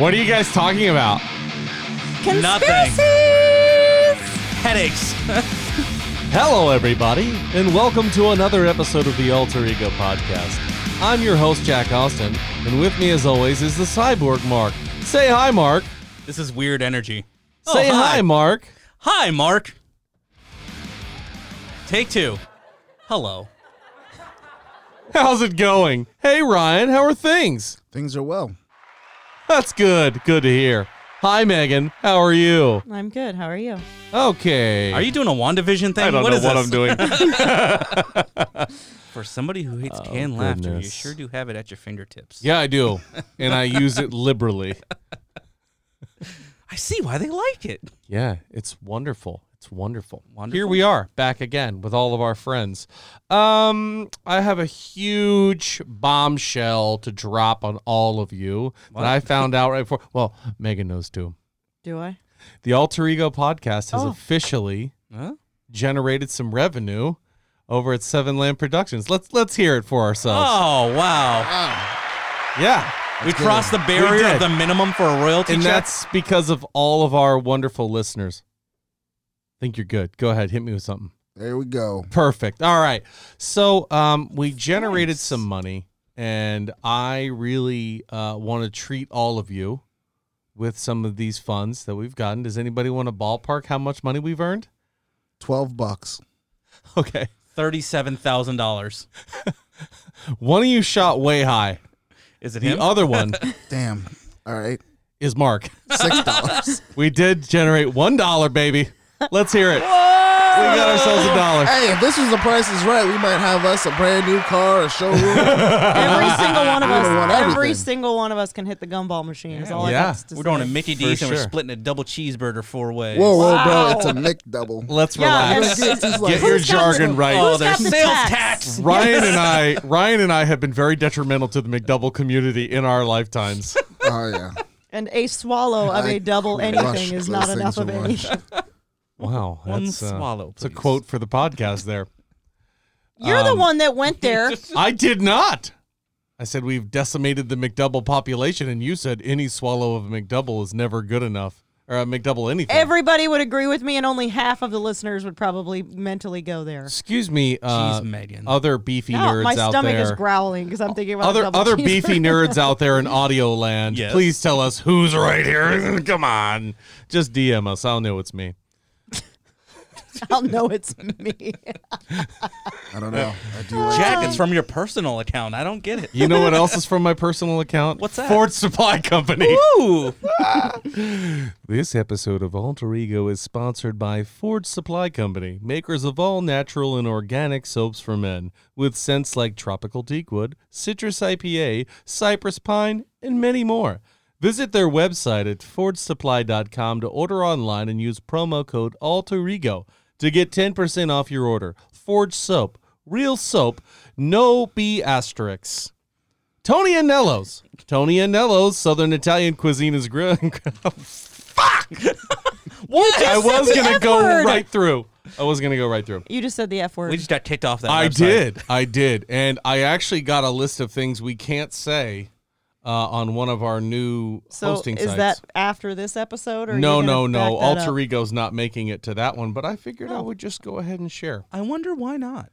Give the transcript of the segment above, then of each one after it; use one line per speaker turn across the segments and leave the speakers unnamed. What are you guys talking about?
Nothing.
Conspiracies!
Headaches.
Hello, everybody, and welcome to another episode of the Alter Ego Podcast. I'm your host, Jack Austin, and with me, as always, is the cyborg Mark. Say hi, Mark.
This is weird energy.
Say
Oh,
hi. Mark.
Hi, Mark. Take two. Hello.
How's it going? Hey, Ryan, how are things?
Things are well.
That's good. Good to hear. Hi, Megan. How are you?
I'm good. How are you?
Okay.
Are you doing a WandaVision thing?
I don't
What
know
is
what
this?
I'm doing.
For somebody who hates canned laughter, you
Oh, goodness.
sure do have it at your fingertips.
yeah, I do, and I use it liberally.
I see why they like it.
Yeah, it's wonderful. It's wonderful. Here
Wonderful.
we are back again with all of our friends. Um, I have a huge bombshell to drop on all of you that I found out right before. Well, Megan knows too.
Do I?
The Alter Ego podcast has
Oh.
officially
Huh?
generated some revenue over at Seven Land Productions. Let's let's hear it for ourselves.
Oh, wow. Oh.
Yeah.
we crossed the barrier
did.
of the minimum for a royalty
And
check.
that's because of all of our wonderful listeners. think you're good. Go ahead, hit me with something.
There we go.
Perfect. All right. So um, we generated some money, and I really uh, want to treat all of you with some of these funds that we've gotten. Does anybody want to ballpark how much money we've earned?
Twelve bucks.
Okay.
$37,000.
One of you shot way high.
Is it
The
him?
other one
Damn. All right.
is Mark.
Six dollars.
We did generate one dollar, baby. Let's hear it. We got ourselves a dollar.
hey, if this was the Price Is Right, we might have us a brand new car, a showroom.
Every single one of
I don't want
us. Every
everything.
single one of us can hit the gumball machine. Is all
Yeah.
I got to
We're
say.
doing a Mickey D's and we're
sure.
splitting a double cheeseburger four ways.
whoa, whoa, bro!
Wow.
It's a Nick double.
Let's
Yeah,
relax.
and-
It's just like-
Get your
Who's got
jargon
the-
right.
Oh,
Who's
there's
got the
sales
tax?
tax.
Ryan and I, Ryan and I have been very detrimental to the McDouble community in our lifetimes.
Oh yeah.
And a swallow of
I
a double
crushed
anything is not
those
enough
things
of
so much.
anything.
Wow,
One
that's, uh,
swallow,
It's a
please.
quote for the podcast. There,
You're
Um,
the one that went there.
I did not. I said we've decimated the McDouble population, and you said any swallow of a McDouble is never good enough, or a McDouble anything.
Everybody would agree with me, and only half of the listeners would probably mentally go there.
Excuse me, uh,
Jeez, Megan.
other beefy
Now
nerds
my
out
stomach
there.
is growling because I'm thinking about
other
double
other beefy
cheeseburger.
nerds out there in audio land,
Yes.
please tell us who's right here. Come on, just DM us. I'll know it's me.
I'll know it's me.
I don't know. I do like
Jack,
um,
it's from your personal account. I don't get it.
You know what else is from my personal account?
What's that?
Ford Supply Company.
Ooh.
This episode of Alter Ego is sponsored by Ford Supply Company, makers of all natural and organic soaps for men, with scents like tropical teakwood, citrus IPA, cypress pine, and many more. Visit their website at fordsupply.com to order online and use promo code Alter Ego to get 10% off your order. Ford soap, real soap, no B asterisks. Tony Anello's. Tony Anello's Southern Italian cuisine is grill.
What?
I was
the
gonna
F
go
word.
right through. I was gonna go right through.
you just said the F word.
We just got kicked off that.
I
website.
did. I did. And I actually got a list of things we can't say uh, on one of our new
so
hosting
is
sites.
that after this episode? Or are
no,
you
no,
gonna
no.
back that
Alter
up? Oh.
Ego's not making it to that one, but I figured I would just go ahead and share.
I wonder why not.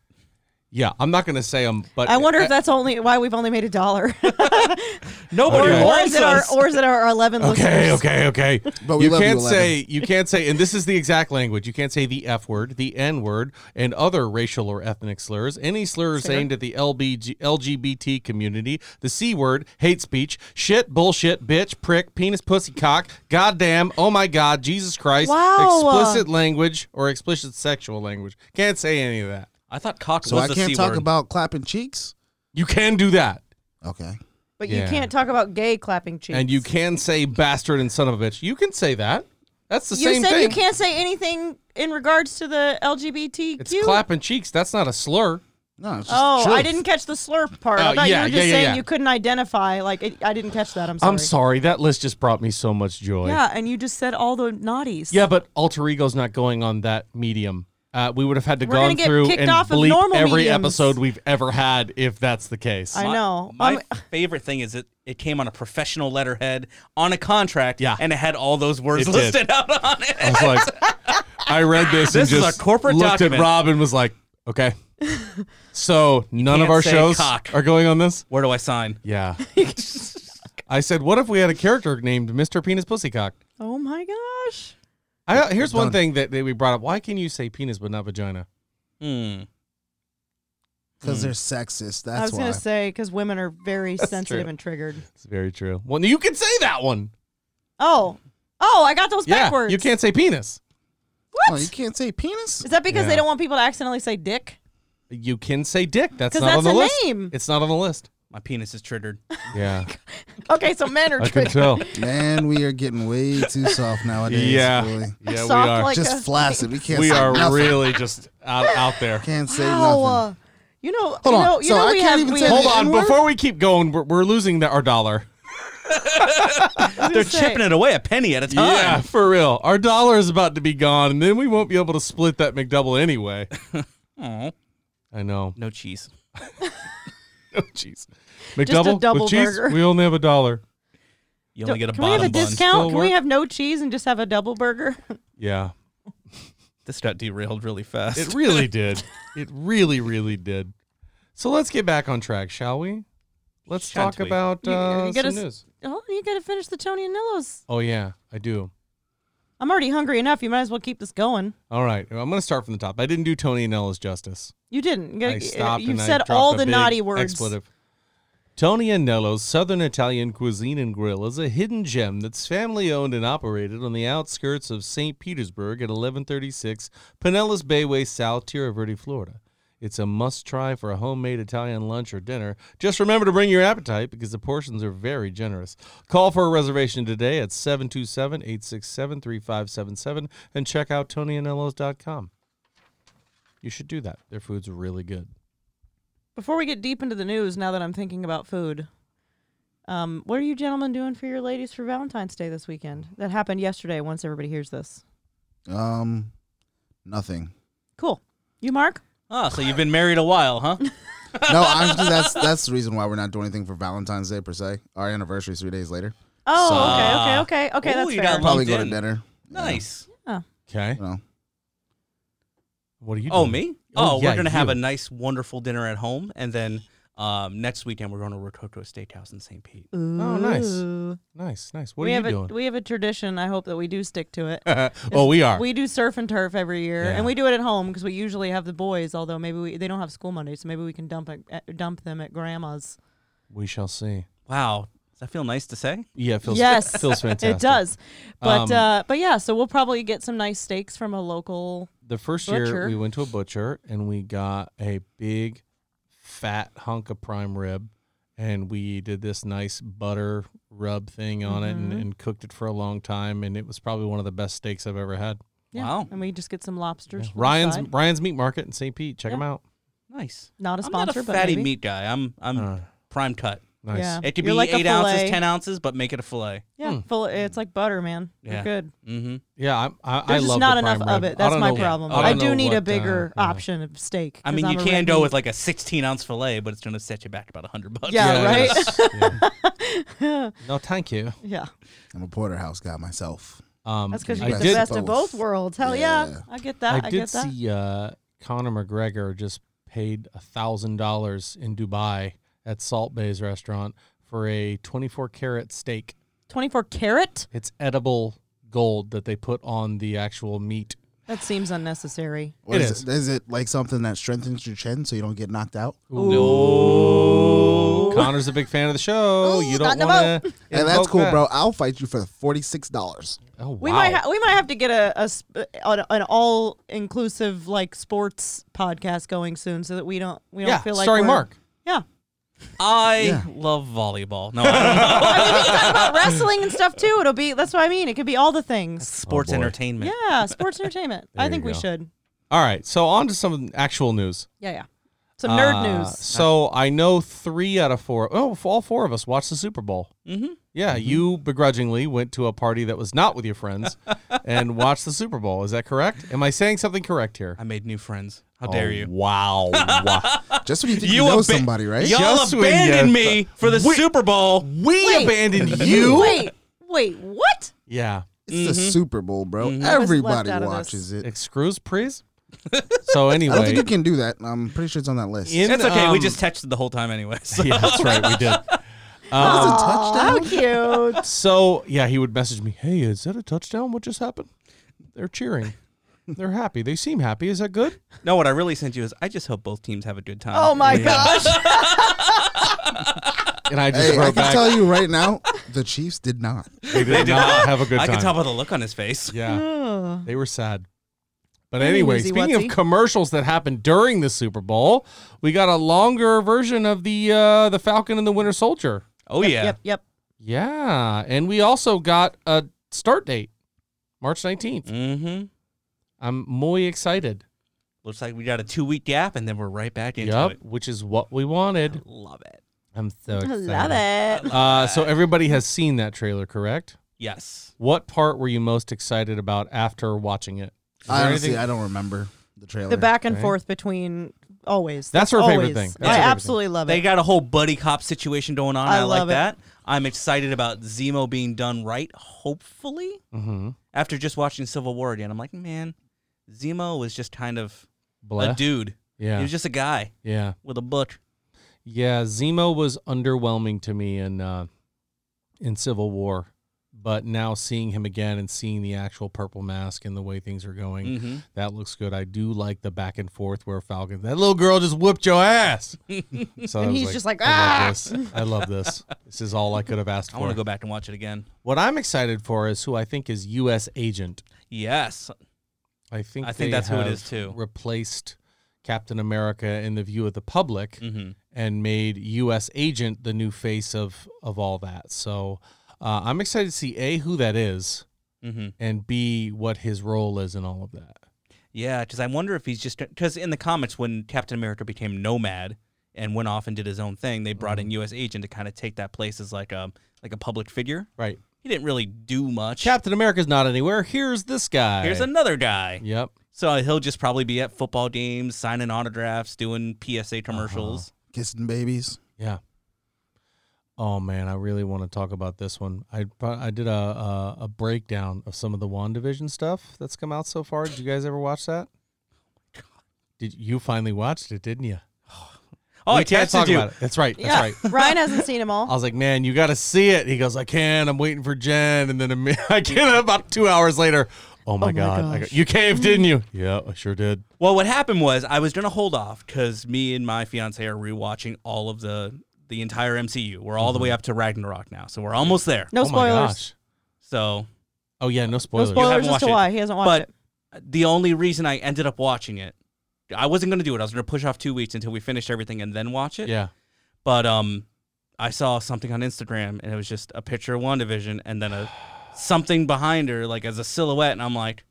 Yeah, I'm not gonna say them, but
I wonder if that's only why we've only made a dollar.
Nobody
Okay.
or
wants
is it our
us.
or is it our eleven
Okay,
listeners?
okay, okay.
But we
you
love you,
can't
Eleven.
say you can't say, and this is the exact language. You can't say the F word, the N word, and other racial or ethnic slurs. Any slurs aimed at the LBG, LGBT community. The C word, hate speech, shit, bullshit, bitch, prick, penis, pussy, cock, goddamn, oh my god, Jesus Christ,
Wow.
explicit language or explicit sexual language. Can't say any of that.
I thought cock
So
was
I
the
can't
C
talk
word.
about clapping cheeks.
You can do that.
Okay.
But
Yeah.
you can't talk about gay clapping cheeks.
And you can say bastard and son of a bitch. You can say that. That's the
You
same
said
thing.
you can't say anything in regards to the LGBTQ.
it's clapping cheeks. That's not a slur.
No, it's just
Oh,
truth.
I didn't catch the slurp part.
Oh,
I thought
yeah,
you were just
yeah, yeah,
saying
yeah.
you couldn't identify. Like it, I didn't catch that. I'm sorry.
I'm sorry. That list just brought me so much joy.
Yeah, and you just said all the naughties.
Yeah, but alter ego's not going on that medium. Uh, we would have had to
We're gonna
gone
get
through
kicked
and
off of
bleep
normal
every
mediums.
episode we've ever had if that's the case.
I
My-
know.
My
Um,
favorite thing is it, it came on a professional letterhead on a contract,
Yeah.
and it had all those words
It did. Oh.
listed out on it.
I was like, I read this,
This
and
is a
just
corporate
looked at
document.
Rob and was like, okay. So none of
can't
our
say
shows
cock.
are going on this.
Where do I sign?
Yeah. I said, what if we had a character named Mr. Penis Pussycock?
oh my gosh.
I, here's one thing that, that we brought up. Why can you say penis but not vagina?
Hmm.
because they're sexist.
I was
That's why.
gonna say because women are very sensitive
true.
and triggered.
It's very true. Well, you can say that one.
Oh, oh, I got those
Yeah,
backwards.
you can't say penis.
Oh, you can't say penis.
Is that because
Yeah.
they don't want people to accidentally say dick?
You can say dick. That's
'Cause
not on
that's
the
a
list.
name.
It's not on the list.
My penis is triggered.
Yeah,
Okay, so men are
I can
triggered.
tell.
Man, we are getting way too soft nowadays.
Yeah.
really.
Yeah, we
Soft
are.
like
just
a-
flaccid. We can't.
we
say
are
nothing.
really just out, out there.
Can't say
Wow.
nothing.
uh, You know,
Hold
you
on.
know, you
So
know
I
we
can't
have,
even
we
say
have
Hold on,
N-word?
before we keep going, we're, we're losing the, our dollar.
They're chipping it away a penny at a time.
Yeah, for real. Our dollar is about to be gone, and then we won't be able to split that McDouble anyway.
Aw.
I know.
No cheese.
Oh, jeez.
Just a
McDouble
double
with cheese.
burger.
We only have a dollar.
You only get a
Can we
bottom
have a
bun.
Still
discount? Can
work?
we have no cheese and just have a double burger?
Yeah,
This got derailed really fast.
it really did. It really, really did. So let's get back on track, shall we? Let's
Shan't
talk
we?
about
You- you
uh,
get
some
us-
news.
Oh, you gotta finish the Tony Anillos.
Oh yeah, I do.
I'm already hungry enough. You might as well keep this going.
All right, I'm going to start from the top. I didn't do Tony and Ellis justice.
You didn't. You,
I stopped.
you've
and I
said
dropped
all
a
the
big
naughty words.
Expletive. Tony Anello's Southern Italian Cuisine and Grill is a hidden gem that's family owned and operated on the outskirts of St. Petersburg at 1136 Pinellas Bayway South, Tierra Verde, Florida. It's a must try for a homemade Italian lunch or dinner. Just remember to bring your appetite because the portions are very generous. Call for a reservation today at 727 867 3577 and check out tonyanellos.com. You should do that. Their food's really good.
Before we get deep into the news, now that I'm thinking about food, um, what are you gentlemen doing for your ladies for Valentine's Day this weekend? That happened yesterday. Once everybody hears this,
Um, nothing.
cool. You, Mark?
Oh, so you've been married a while, huh?
No, honestly, that's that's the reason why we're not doing anything for Valentine's Day per se. Our anniversary is three days later.
Oh,
So-
okay, okay, okay, okay.
Ooh,
that's
you
fair.
got
Probably
Lumped
go to
in.
dinner. Yeah,
nice.
Okay.
You know,
What are you
Oh,
doing?
me?
Oh,
Oh,
yeah,
we're gonna have
you.
a nice, wonderful dinner at home, and then um, next weekend we're going to Rococo Steakhouse in St. Pete.
Oh, nice.
Ooh.
Nice, nice. What are
we
you
have a
doing?
we have a tradition. I hope that we do stick to it.
oh, we are.
We do surf and turf every year,
Yeah.
and we do it at home because we usually have the boys. Although maybe we, they don't have school Monday, so maybe we can dump it, at- dump them at grandma's.
we shall see.
Wow, does that feel nice to say?
Yeah, it feels
Yes.
feels fantastic.
It does, but
Um,
uh, but yeah, so we'll probably get some nice steaks from a local.
The first year
Butcher.
we went to a butcher and we got a big, fat hunk of prime rib, and we did this nice butter rub thing on it
Mm-hmm.
and, and cooked it for a long time, and it was probably one of the best steaks I've ever had.
Yeah,
Wow.
and we just get some lobsters. from the
Ryan's
side.
Ryan's Meat Market in St. Pete. Check them out.
Nice.
not a
I'm not
sponsor,
a fatty
but maybe.
meat guy. I'm I'm
Uh,
prime cut.
nice.
Yeah.
It could
You're
be
like a
eight ounces,
filet.
ten ounces, but make it a fillet.
Yeah,
Mm.
full, it's like butter, man. You're
Yeah.
good.
Mm-hmm.
Yeah, I, I, I
There's
love
just
the
not enough
prime
of
rib.
it. That's
don't
my
know-
problem.
don't
I, do
know
need
what,
a bigger
uh, yeah.
option of steak.
I
'cause
mean,
I'm
you
a
can
red
go
meat-
with like a 16 ounce fillet, but it's going to set you back about 100 bucks.
Yeah, right?
yes. Yeah. No, thank you.
yeah.
I'm a porterhouse guy myself.
Um,
That's because you
Mm. I
get the
did,
best of
both.
both worlds. Hell yeah,
Yeah.
I get that. I,
I did
get that.
see uh, Conor McGregor just paid a thousand dollars in Dubai at Salt Bay's restaurant for a 24 carat steak.
24 carat?
It's edible gold that they put on the actual meat.
That seems unnecessary.
What
It
is
is.
It, is it like something that strengthens your chin so you don't get knocked out?
No, Connor's a big fan of the show.
Ooh,
you don't
not in a
want to.
Hey, that's cool, bro. I'll fight you for the forty six dollars.
Oh, wow.
We might ha- we might have to get a, a sp- an, an all inclusive like sports podcast going soon so that we don't we don't
yeah,
feel like
starring
we're-
Mark.
Yeah.
I
Yeah.
love volleyball. No, I don't know.
I mean, we can talk about wrestling and stuff too. It'll be that's what I mean. It could be all the things.
sports
Oh, boy.
entertainment.
Yeah, sports entertainment. I
There
think
you
we
go.
should.
All right, so on to some actual news.
Yeah, yeah. Some nerd
Uh,
news.
So I know three out of four. Oh, f- all four of us watched the Super Bowl.
Mhm.
Yeah, you begrudgingly went to a party that was not with your friends and watched the Super Bowl. Is that correct? Am I saying something correct here?
I made new friends. How dare
Oh,
you?
Wow. wow.
Just when you think you,
You
know
aban-
somebody, right?
Y'all
Just when
abandoned
you-
me for the
Wait.
Super Bowl.
We
Wait.
abandoned you.
Wait, wait, what?
Yeah.
It's the
Mm-hmm.
Super Bowl, bro.
left
Everybody
out of this.
watches it.
Excuse, please. So
I don't think
anyway,
you can do that. I'm pretty sure it's on that list.
in,
It's okay. we
um,
just texted the whole time anyway. So.
yeah, that's right. We did.
That was a
How
touchdown.
Uh,
cute.
So yeah, he would message me, "Hey, is that a touchdown? What just happened? They're cheering. They're happy. They seem happy. Is that good?
No, what I really sent you is I just hope both teams have a good time.
Oh my
Yeah.
gosh.
And I just
Hey, I
wrote
can
back,
tell you right now, the Chiefs did not.
"They did not have a good
I
time."
can tell by the look on his face.
yeah,
Ugh.
they were sad. But
Any
anyway,
newsy
speaking of
wutsy.
commercials that happened during the Super Bowl, we got a longer version of the uh, the Falcon and the Winter Soldier.
Oh yeah.
Yep, yep.
Yeah, and we also got a start date, March nineteenth.
Mm-hmm.
I'm muy excited.
Looks like we got a two week gap and then we're right back into
Yup,
it.
which is what we wanted.
Love it.
I'm so
I
excited.
Love it.
Uh, so everybody has seen that trailer, correct?
Yes.
What part were you most excited about after watching it? Is there
I honestly,
anything-
I don't remember the trailer.
The back and
Right.
forth between always.
That's her favorite
always.
thing. That's her
I
favorite
absolutely love it.
They got a whole buddy cop situation going on.
I
I, like
love it.
that. I'm excited about Zemo being done right, hopefully.
Mhm.
After just watching Civil War again, I'm like, man, Zemo was just kind of
Bleh.
a dude. He
Yeah,
was just a guy
yeah,
with a book.
yeah. Zemo was underwhelming to me in uh, in Civil War, but now seeing him again and seeing the actual purple mask and the way things are going,
Mm-hmm.
that looks good. I do like the back and forth where Falcon, that little girl just whooped your ass. So I
And
was
he's just like,
I
"Ah!"
love this. I love this. This is all I could have asked
I
for.
want to go back and watch it again.
What I'm excited for is who I think is U.S. agent.
Yes.
I think
I think
they
that's who it
have
is, too.
Replaced Captain America in the view of the public
Mm-hmm.
and made U.S. agent the new face of of all that. So uh, I'm excited to see a who that is
Mm-hmm.
and b what his role is in all of that.
Yeah, because I wonder if he's just because in the comics when Captain America became Nomad and went off and did his own thing, they brought
Mm-hmm.
in U.S. Agent to kind of take that place as like a like a public figure.
Right.
He didn't really do much.
Captain America's not anywhere. Here's this guy.
Here's another guy.
Yep.
So uh, he'll just probably be at football games, signing autographs, doing PSA commercials.
Uh-huh.
Kissing babies.
Yeah. Oh man, I really want to talk about this one. I pro- I did a a, a breakdown of some of the WandaVision stuff that's come out so far. Did you guys ever watch that? Did you finally watched it, didn't you?
Oh,
We
I
can't
texted
talk
you.
about it. That's right. That's
yeah.
right. Oh
Ryan hasn't seen them all.
I was like, man, you got to see it. He goes, I can. I'm waiting for Jen, and then a mi- I get up about two hours later. Oh my,
my
god! I go,
gosh.
you caved, didn't you? Yeah, I sure did.
Well, what happened was I was gonna hold off because me and my fiance are rewatching all of the the entire MCU. We're all the
Mm-hmm.
way up to Ragnarok now, so we're almost there.
No
oh my
spoilers.
gosh.
So
Oh yeah, no
No
spoilers.
spoilers as
watched
to
it.
why he hasn't watched
But-
it.
the only reason I ended up watching it, I wasn't gonna do it. I was gonna push off two weeks until we finished everything and then watch it.
Yeah.
But um, I saw something on Instagram and it was just a picture of WandaVision and then a something behind her like as a silhouette, and I'm like,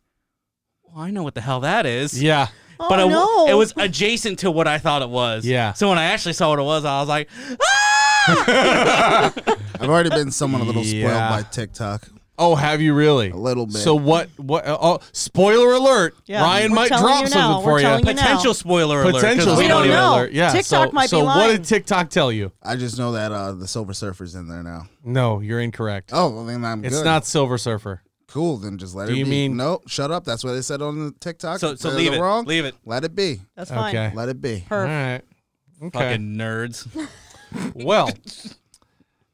well, I know what the hell that is.
Yeah.
Oh
But it,
no!
it was adjacent to what I thought it was.
Yeah.
So when I actually saw what it was, I was like, ah!
I've already been someone a little
Yeah.
spoiled by TikTok.
Oh, have you really?
A little bit.
So what? What? Oh, spoiler alert!
Yeah,
Ryan
we're
might
telling
drop
you
something
now,
for
we're telling you now.
Potential spoiler alert. 'cause
Potential
We don't
spoiler
know.
alert. Yeah.
TikTok
so,
might
so
be
what
lying.
did TikTok tell you?
I just know that uh, the Silver Surfer's in there now.
No, you're incorrect.
Oh, well, then I'm
it's
good.
not Silver Surfer.
cool. Then just let
Do
it
you
be.
mean-
no? Shut up. That's what they said on the TikTok.
So, so
They're
leave it.
Wrong.
Leave it.
Let it be.
That's fine.
Okay.
Let it be.
All
Perf.
right. Okay.
Fucking nerds.
Well,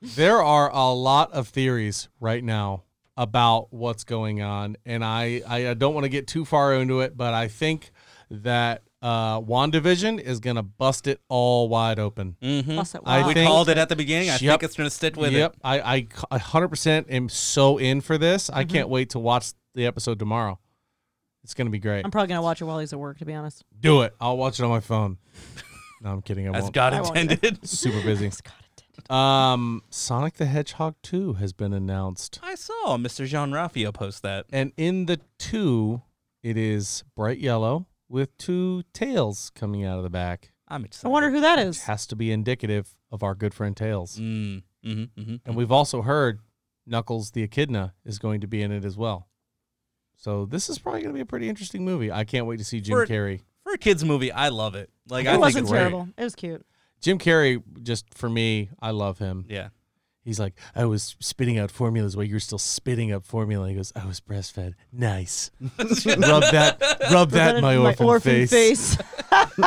there are a lot of theories right now about what's going on, and I I, I don't want to get too far into it, but I think that Uh, WandaVision is going to bust it all wide open.
Mm-hmm.
Plus it
I
was.
we
think-
called it at the beginning. I
Yep.
think it's going to stick with
yep. I I c- I 100% am so in for this. I can't wait to watch the episode tomorrow. It's going to be great.
I'm probably gonna watch it while he's at work, to be honest.
Do it. I'll watch it on my phone. No, I'm kidding. I
it. As
won't.
God
I won't.
intended.
Super busy. Um, Sonic the Hedgehog 2 has been announced.
I saw Mr. Jean Raffio post that.
And in the 2, it is bright yellow with two tails coming out of the back.
I'm
I
excited.
wonder who that
Which
is.
has to be indicative of our good friend Tails.
Mm, hmm hmm
And we've also heard Knuckles the Echidna is going to be in it as well. So this is probably going to be a pretty interesting movie. I can't wait to see Jim
For-
Carrey.
For a kids' movie, I love it. Like I
It
think
wasn't
it's great.
terrible. It was cute.
Jim Carrey, just for me, I love him.
Yeah.
He's like, I was spitting out formulas while you were still spitting up formula. He goes, I was breastfed. Nice. rub that, rub that, in my, orphan, face.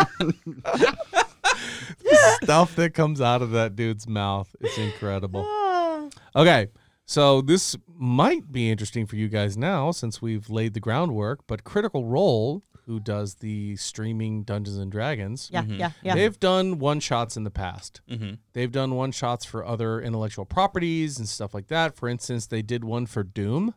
Stuff that comes out of that dude's mouth is incredible.
Ah.
Okay, so this might be interesting for you guys now since we've laid the groundwork. But Critical Role, who does the streaming Dungeons and Dragons,
yeah, yeah, yeah.
they've done one shots in the past.
Mm-hmm.
They've done one shots for other intellectual properties and stuff like that. For instance, they did one for Doom,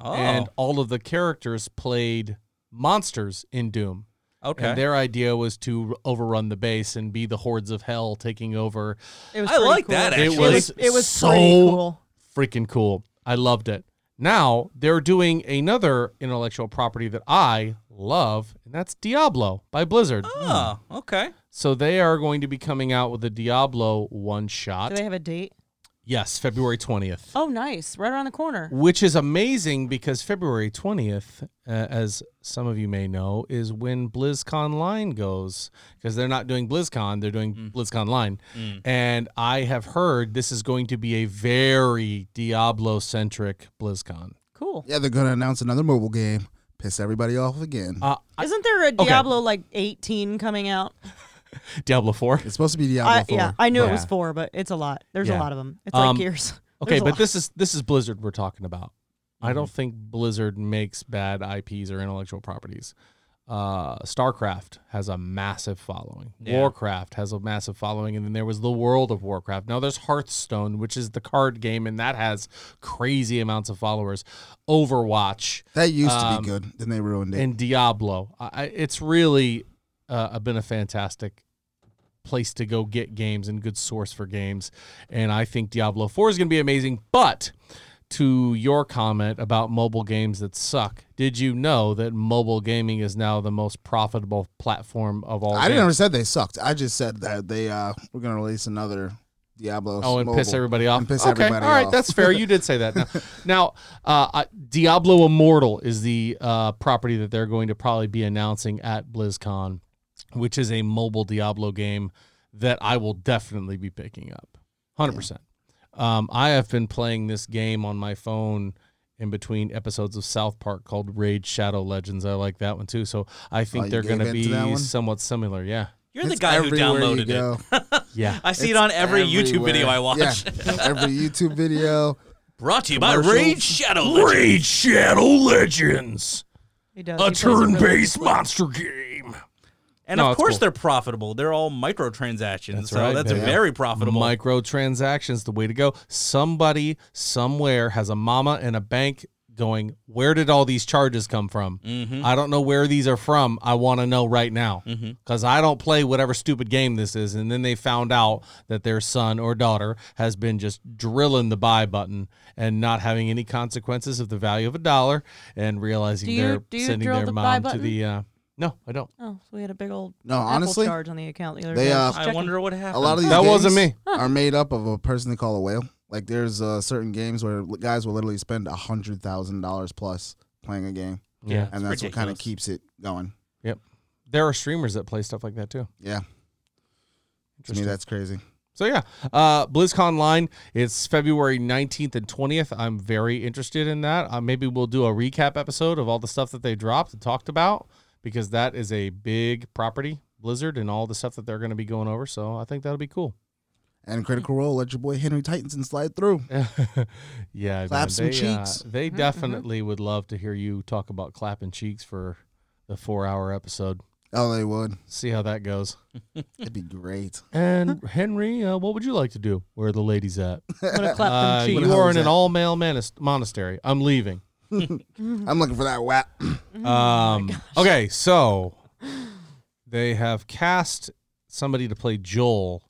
Oh.
and all of the characters played monsters in Doom.
okay.
And their idea was to overrun the base and be the hordes of hell taking over.
It was
I
pretty
like
cool.
that,
It
actually.
was,
it was
so
pretty cool.
freaking cool. I loved it. Now they're doing another intellectual property that I love, and that's Diablo by Blizzard.
oh,
hmm.
okay.
So they are going to be coming out with a Diablo one shot.
Do they have a date?
yes, February 20th.
Oh, nice. Right around the corner.
Which is amazing because February 20th, uh, as some of you may know, is when BlizzCon Line goes because they're not doing BlizzCon, they're doing BlizzCon Line. And I have heard this is going to be a very Diablo centric BlizzCon.
Cool.
Yeah, they're gonna announce another mobile game. Piss everybody off again.
Uh,
Isn't there a Diablo like 18 coming out?
Diablo 4.
it's supposed to be Diablo
I,
4.
yeah, I knew it was
Yeah.
four, but it's a lot. There's
Yeah.
a lot of them. It's
Um,
like Gears.
Okay,
There's a
but
lot. Mm-hmm.
this is this is Blizzard we're talking about. I don't think Blizzard makes bad IPs or intellectual properties. Uh, StarCraft has a massive following.
Yeah.
Warcraft has a massive following, and then there was the World of Warcraft. Now there's Hearthstone, which is the card game, and that has crazy amounts of followers. Overwatch
That used to
Um,
be good. Then they ruined it.
and Diablo. I, I- it's really uh, been a fantastic place to go get games and good source for games. And I think Diablo 4 is going to be amazing. But to your comment about mobile games that suck, did you know that mobile gaming is now the most profitable platform of all?
I didn't ever
games?
said they sucked. I just said that they uh were gonna release another Diablo.
Oh, and
mobile.
piss everybody off.
And piss
okay,
everybody
all right,
off.
that's fair. You did say that. Now, now uh, uh, Diablo Immortal is the uh, property that they're going to probably be announcing at BlizzCon, which is a mobile Diablo game that I will definitely be picking up, hundred percent. Um, I have been playing this game on my phone in between episodes of South Park called Raid Shadow Legends. I like that one too. So I think
Oh, you
they're going
gave
to
in to that
be
one?
somewhat similar. Yeah,
You're the
It's
guy who
everywhere you
downloaded it.
go.
yeah.
I see it
It's
on every YouTube video
everywhere.
I watch.
Yeah, every YouTube video.
Brought to you by
Commercials.
Raid Shadow Legends.
Shadow Legends,
He does. He plays it really well.
monster game.
And
No,
of
it's
course
cool.
they're profitable. They're all microtransactions.
That's
so
right,
that's
baby.
very profitable.
Microtransactions, the way to go. Somebody somewhere has a mama and a bank going, Where did all these charges come from?
Mm-hmm.
Mhm.
I don't know where these are from. I want to know right now because I don't play whatever stupid game this is. And then they found out that their son or daughter has been just drilling the buy button and not having any consequences of the value of a dollar and realizing
Do you-
they're
do you
sending
drill
their
the buy
mom to
button?
the. Uh, no, I don't.
Oh, so we had a big old
No,
Apple
honestly,
charge on the account the other
they,
day.
uh,
Just
I
checking.
wonder what happened.
a lot of these
That
games
wasn't me.
are made up of a person they call a whale. Like there's uh, certain games where guys will literally spend a hundred thousand dollars plus playing a game,
Yeah.
and that's what kind of
ridiculous.
keeps it going.
There are streamers that play stuff like that too.
Yeah, to me that's crazy.
So yeah, uh, BlizzCon line. It's February nineteenth and twentieth. I'm very interested in that. Uh, maybe we'll do a recap episode of all the stuff that they dropped and talked about because that is a big property, Blizzard, and all the stuff that they're going to be going over. So I think that'll be cool.
And Critical Role let your boy Henry Titanson slide through.
yeah,
Clap some
they, uh,
cheeks.
they definitely would love to hear you talk about clapping cheeks for the four-hour episode.
Oh, they would.
See how that goes.
It'd be great.
And Henry, uh, what would you like to do? Where are the ladies at?
I'm gonna clap
Uh,
them cheeks.
you
hell
are
is
in an
that?
all male manis- monastery. I'm leaving.
I'm looking for that whap.
Mm-hmm. Oh
Um, okay, so they have cast somebody to play Joel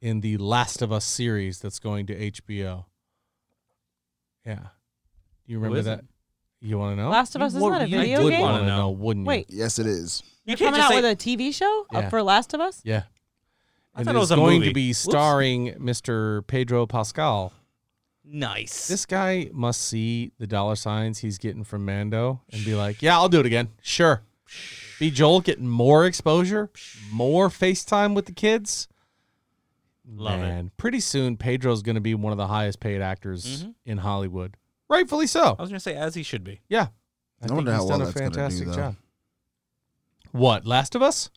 in the Last of Us series that's going to HBO. Yeah, you remember
is
that? You want to know?
Last of Us is
would-
not a
you
video
would
would
game.
want
wanna
to know.
know.
wouldn't you?
Wait,
Yes, it is.
You can't
coming
just
out
say,
with a TV show uh,
Yeah.
for Last of Us?
Yeah.
I
And
thought it
it's
was a
going
movie.
to be
Whoops.
starring Mr. Pedro Pascal.
nice.
This guy must see the dollar signs he's getting from Mando and be like, "Yeah, I'll do it again. Sure." Be Joel getting more exposure, more FaceTime with the kids.
Love it.
Man, pretty soon Pedro's going to be one of the highest paid actors
Mhm.
in Hollywood. Rightfully so.
I was gonna say as he should be.
Yeah.
I wonder how well that's gonna do, though.
What? Last of Us?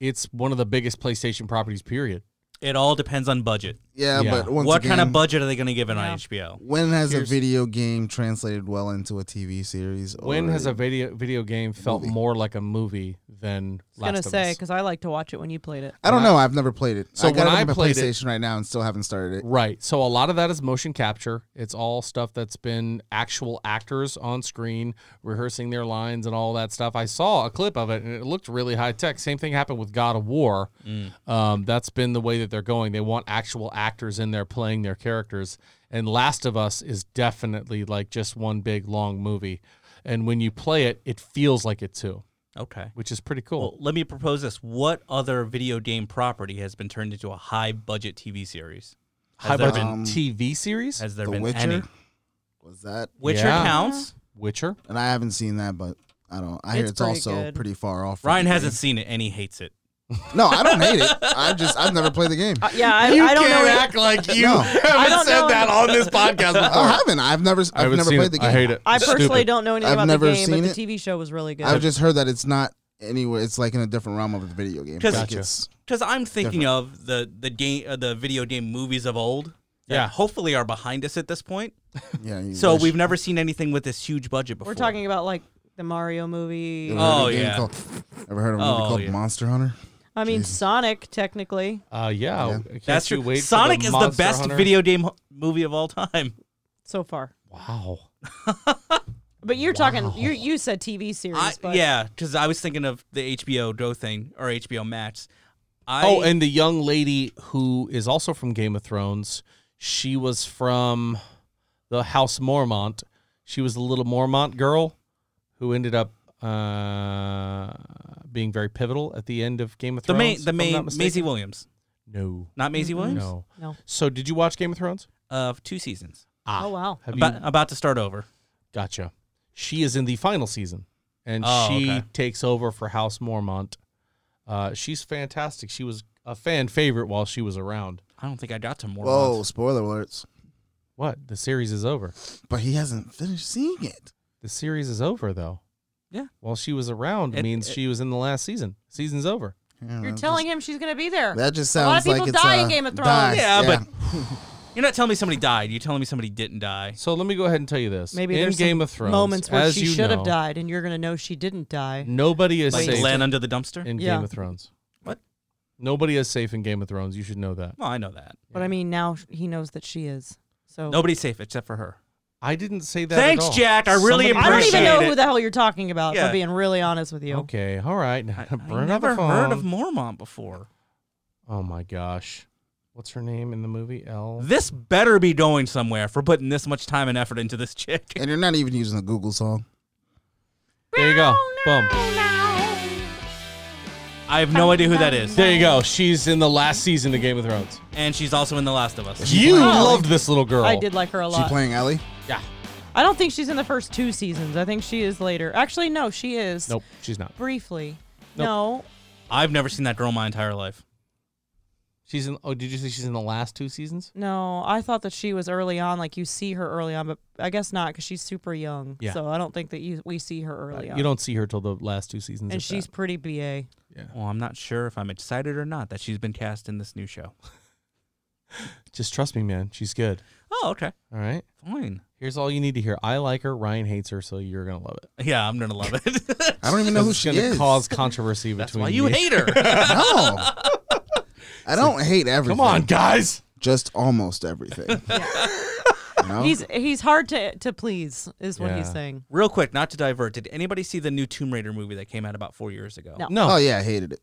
It's one of the biggest PlayStation properties, period.
It all depends on budget.
Yeah,
Yeah.
but once
what
again,
kind of budget are they gonna give it
Yeah.
on HBO?
When has
Here's-
a video game translated well into a TV series? or
When has a video video game felt more like a movie than
I was
Last
gonna
of
say
Us?
because I like to watch it when you played it.
I don't know. I've never played it.
So
I got
when
it
I
on my
played it-
PlayStation right now and still haven't started it.
Right. So a lot of that is motion capture. It's all stuff that's been actual actors on screen rehearsing their lines and all that stuff. I saw a clip of it and it looked really high tech. Same thing happened with God of War.
Mm.
Um, that's been the way that they're going. They want actual actors in there playing their characters. And Last of Us is definitely like just one big long movie. And when you play it, it feels like it too,
Okay.
which is pretty cool.
Well, let me propose this. What other video game property has been turned into a high budget TV series? Has
High
there
budget
been-
Um,
TV series?
has there
the
been
Witcher?
any?
Was that?
Witcher
Yeah.
counts.
Witcher?
And I haven't seen that, but I don't. I hear
It's
it's
pretty
also
good.
pretty far off. from
Ryan
the
hasn't
game.
seen it and he hates it.
No, I don't hate it. I just I've never played the game.
Uh, yeah, I, I don't know. any-
like you
No.
don't
haven't
know-
on this podcast
I haven't. Uh, I've never. I've
haven't
never
seen
played
it.
the game.
I hate it.
I
It's
personally
stupid.
don't know anything
I've
about
never
the game, but
seen
the
it.
TV show was really good.
I've just heard that it's not anywhere. It's like in a different realm of the video game.
'Cause-
Like
Gotcha.
it's,
Because I'm thinking of the the game, uh, the video game movies of old. that
Yeah.
hopefully are behind us at this point.
yeah. you
So
wish.
we've never seen anything with this huge budget before.
We're talking about like the Mario movie.
Ever heard of
Oh,
a game
yeah.
Called, ever heard of a movie
Oh,
called
yeah.
Monster Hunter?
I mean, Sonic technically.
Uh, yeah,
Yeah.
can't
That's
you
true.
wait for
Sonic is the
Monster
best
Hunter?
video game ho- movie of all time.
so far.
Wow.
But you're talking you you said TV series,
I,
but
yeah, because I was thinking of the HBO Go thing or HBO Max. I,
Oh, and the young lady who is also from Game of Thrones, she was from the House Mormont. She was the little Mormont girl who ended up uh, being very pivotal at the end of Game of
the
Thrones.
main the
if I'm not
main Maisie
mistaken.
Williams,
No,
not Maisie Williams,
no.
no.
So, did you watch Game of Thrones?
of two seasons.
Ah.
Oh wow.
Have
About, about to start over.
Gotcha. She is in the final season, and
Oh,
she
okay.
takes over for House Mormont. Uh, she's fantastic. She was a fan favorite while she was around.
I don't think I got to more.
Whoa!
months.
Spoiler alerts.
What? The series is over.
But he hasn't finished seeing it.
The series is over though.
Yeah.
While she was around
It-
means
it-
she was in the last season. Season's over.
Yeah,
You're
that
telling him she's gonna be there.
just- Uh, that just
A
sounds
lot of people
like it's
die in
uh,
Game of Thrones.
die.
Yeah, You're not telling me somebody died. You're telling me somebody didn't die.
So let me go ahead and tell you this.
Maybe
in
there's
Game
some
of Thrones,
moments where
as
she
you
should
know,
have died, and you're gonna know she didn't die.
Nobody is
Like
safe
Len under the dumpster.
in
Yeah.
Game of Thrones.
What?
Nobody is safe in Game of Thrones. You should know that.
Well, I know that.
But I mean, now sh- he knows that she is. So
Nobody's safe except for her.
I didn't say that. at
Thanks,
all.
Jack. I really
Somebody-
I don't even
appreciate
know
it.
who the hell you're talking about. If
Yeah.
I'm being really honest with you.
Okay, all right.
I,
Burn
I
out the
never heard of
phone.
Mormont before.
Oh my gosh, what's her name in the movie? L.
This better be going somewhere for putting this much time and effort into this chick.
And you're not even using a Google song.
There you go.
Oh,
Boom.
I have no idea who that is.
There you go. She's in the last season of Game of Thrones.
And she's also in The Last of Us.
You
playing?
loved this little girl.
I did like her a
She
lot.
playing Ellie?
Yeah.
I don't think she's in the first two seasons. I think she is later. Actually, no, she is.
Nope, she's not.
Briefly.
Nope.
No.
I've never seen that girl my entire life.
She's in. Oh, did you say she's in the last two seasons?
No, I thought that she was early on, like you see her early on, but I guess not because she's super young.
Yeah.
So I don't think that you we see her early on.
You don't see her till the last two seasons.
And
if
she's
that.
pretty ba.
Well, I'm not sure if I'm excited or not that she's been cast in this new show.
just trust me, man. She's good.
Oh, okay.
All right.
Fine.
Here's all you need to hear. I like her. Ryan hates her, so you're gonna love it.
Yeah, I'm gonna love it.
I don't even know who
It's
she
gonna
is.
cause controversy between.
That's why you
me.
hate her.
no, I don't hate everything.
Come on, guys.
just almost everything. You know?
He's he's hard to to please, is what he's
Yeah.
saying.
Real quick, not to divert. Did anybody see the new Tomb Raider movie that came out about four years ago?
No.
No.
oh yeah, I hated it.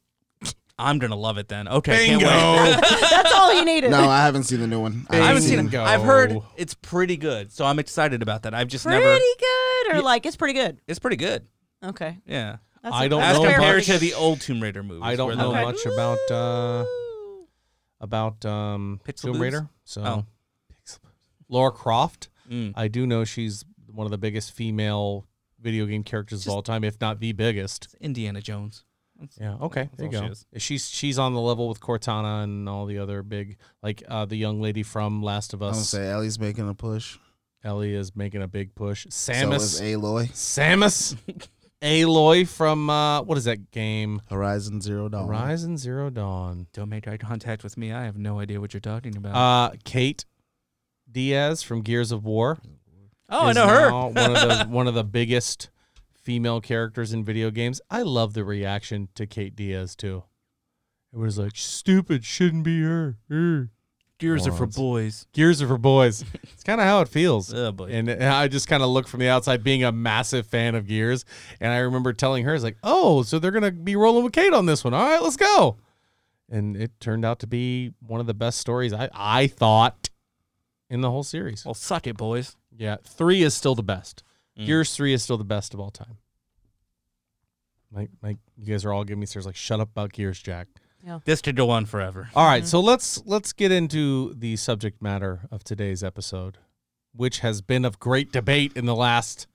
I'm gonna love it then. Okay, can't wait.
Bingo.
That's all he needed.
No, I haven't seen the new one.
I haven't seen it.
Bingo.
I've heard it's pretty good, so I'm excited about that. I've just
pretty
never.
good, or like it's pretty good.
It's pretty good.
Okay.
Yeah,
That's
I
a-
don't
that's
as
know
fair
compared
much.
rating.
to the old Tomb Raider movies.
I don't
where
know
the-
Okay.
much about uh about um
Pixel
Tomb
boobs?
Raider. So
Oh.
Laura Croft.
Mm.
I do know she's one of the biggest female video game characters of all time, if not the biggest.
It's Indiana Jones. That's-
Yeah. Okay.
that's
There you
all
go.
she is.
she's she's on the level with Cortana and all the other big like uh, the young lady from Last of
I'm gonna
Us.
say Ellie's making a push.
Ellie is making a big push.
So
Samus.
is Aloy.
Samus. Aloy from uh, what is that game?
Horizon Zero Dawn.
Horizon Zero Dawn.
Don't make eye contact with me. I have no idea what you're talking about.
Uh, Kate Diaz from Gears of War.
oh, I
is
know her.
now one of the one of the biggest female characters in video games. I love the reaction to Kate Diaz too. It was like stupid, shouldn't be her. er."
Gears are for
Morons.
boys.
Gears are for boys. It's kind of how it feels.
Oh, boy.
And and I just kind of look from the outside, being a massive fan of Gears, and I remember telling her, "It's like, oh, so they're gonna be rolling with Kate on this one. All right, let's go." And it turned out to be one of the best stories I I thought in the whole series.
Well, suck it, boys.
Yeah, three is still the best.
Mm.
Gears three is still the best of all time. Like, like you guys are all giving me stares. Like, shut up about Gears, Jack.
This could go on forever.
All right, so let's let's get into the subject matter of today's episode, which has been of great debate in the last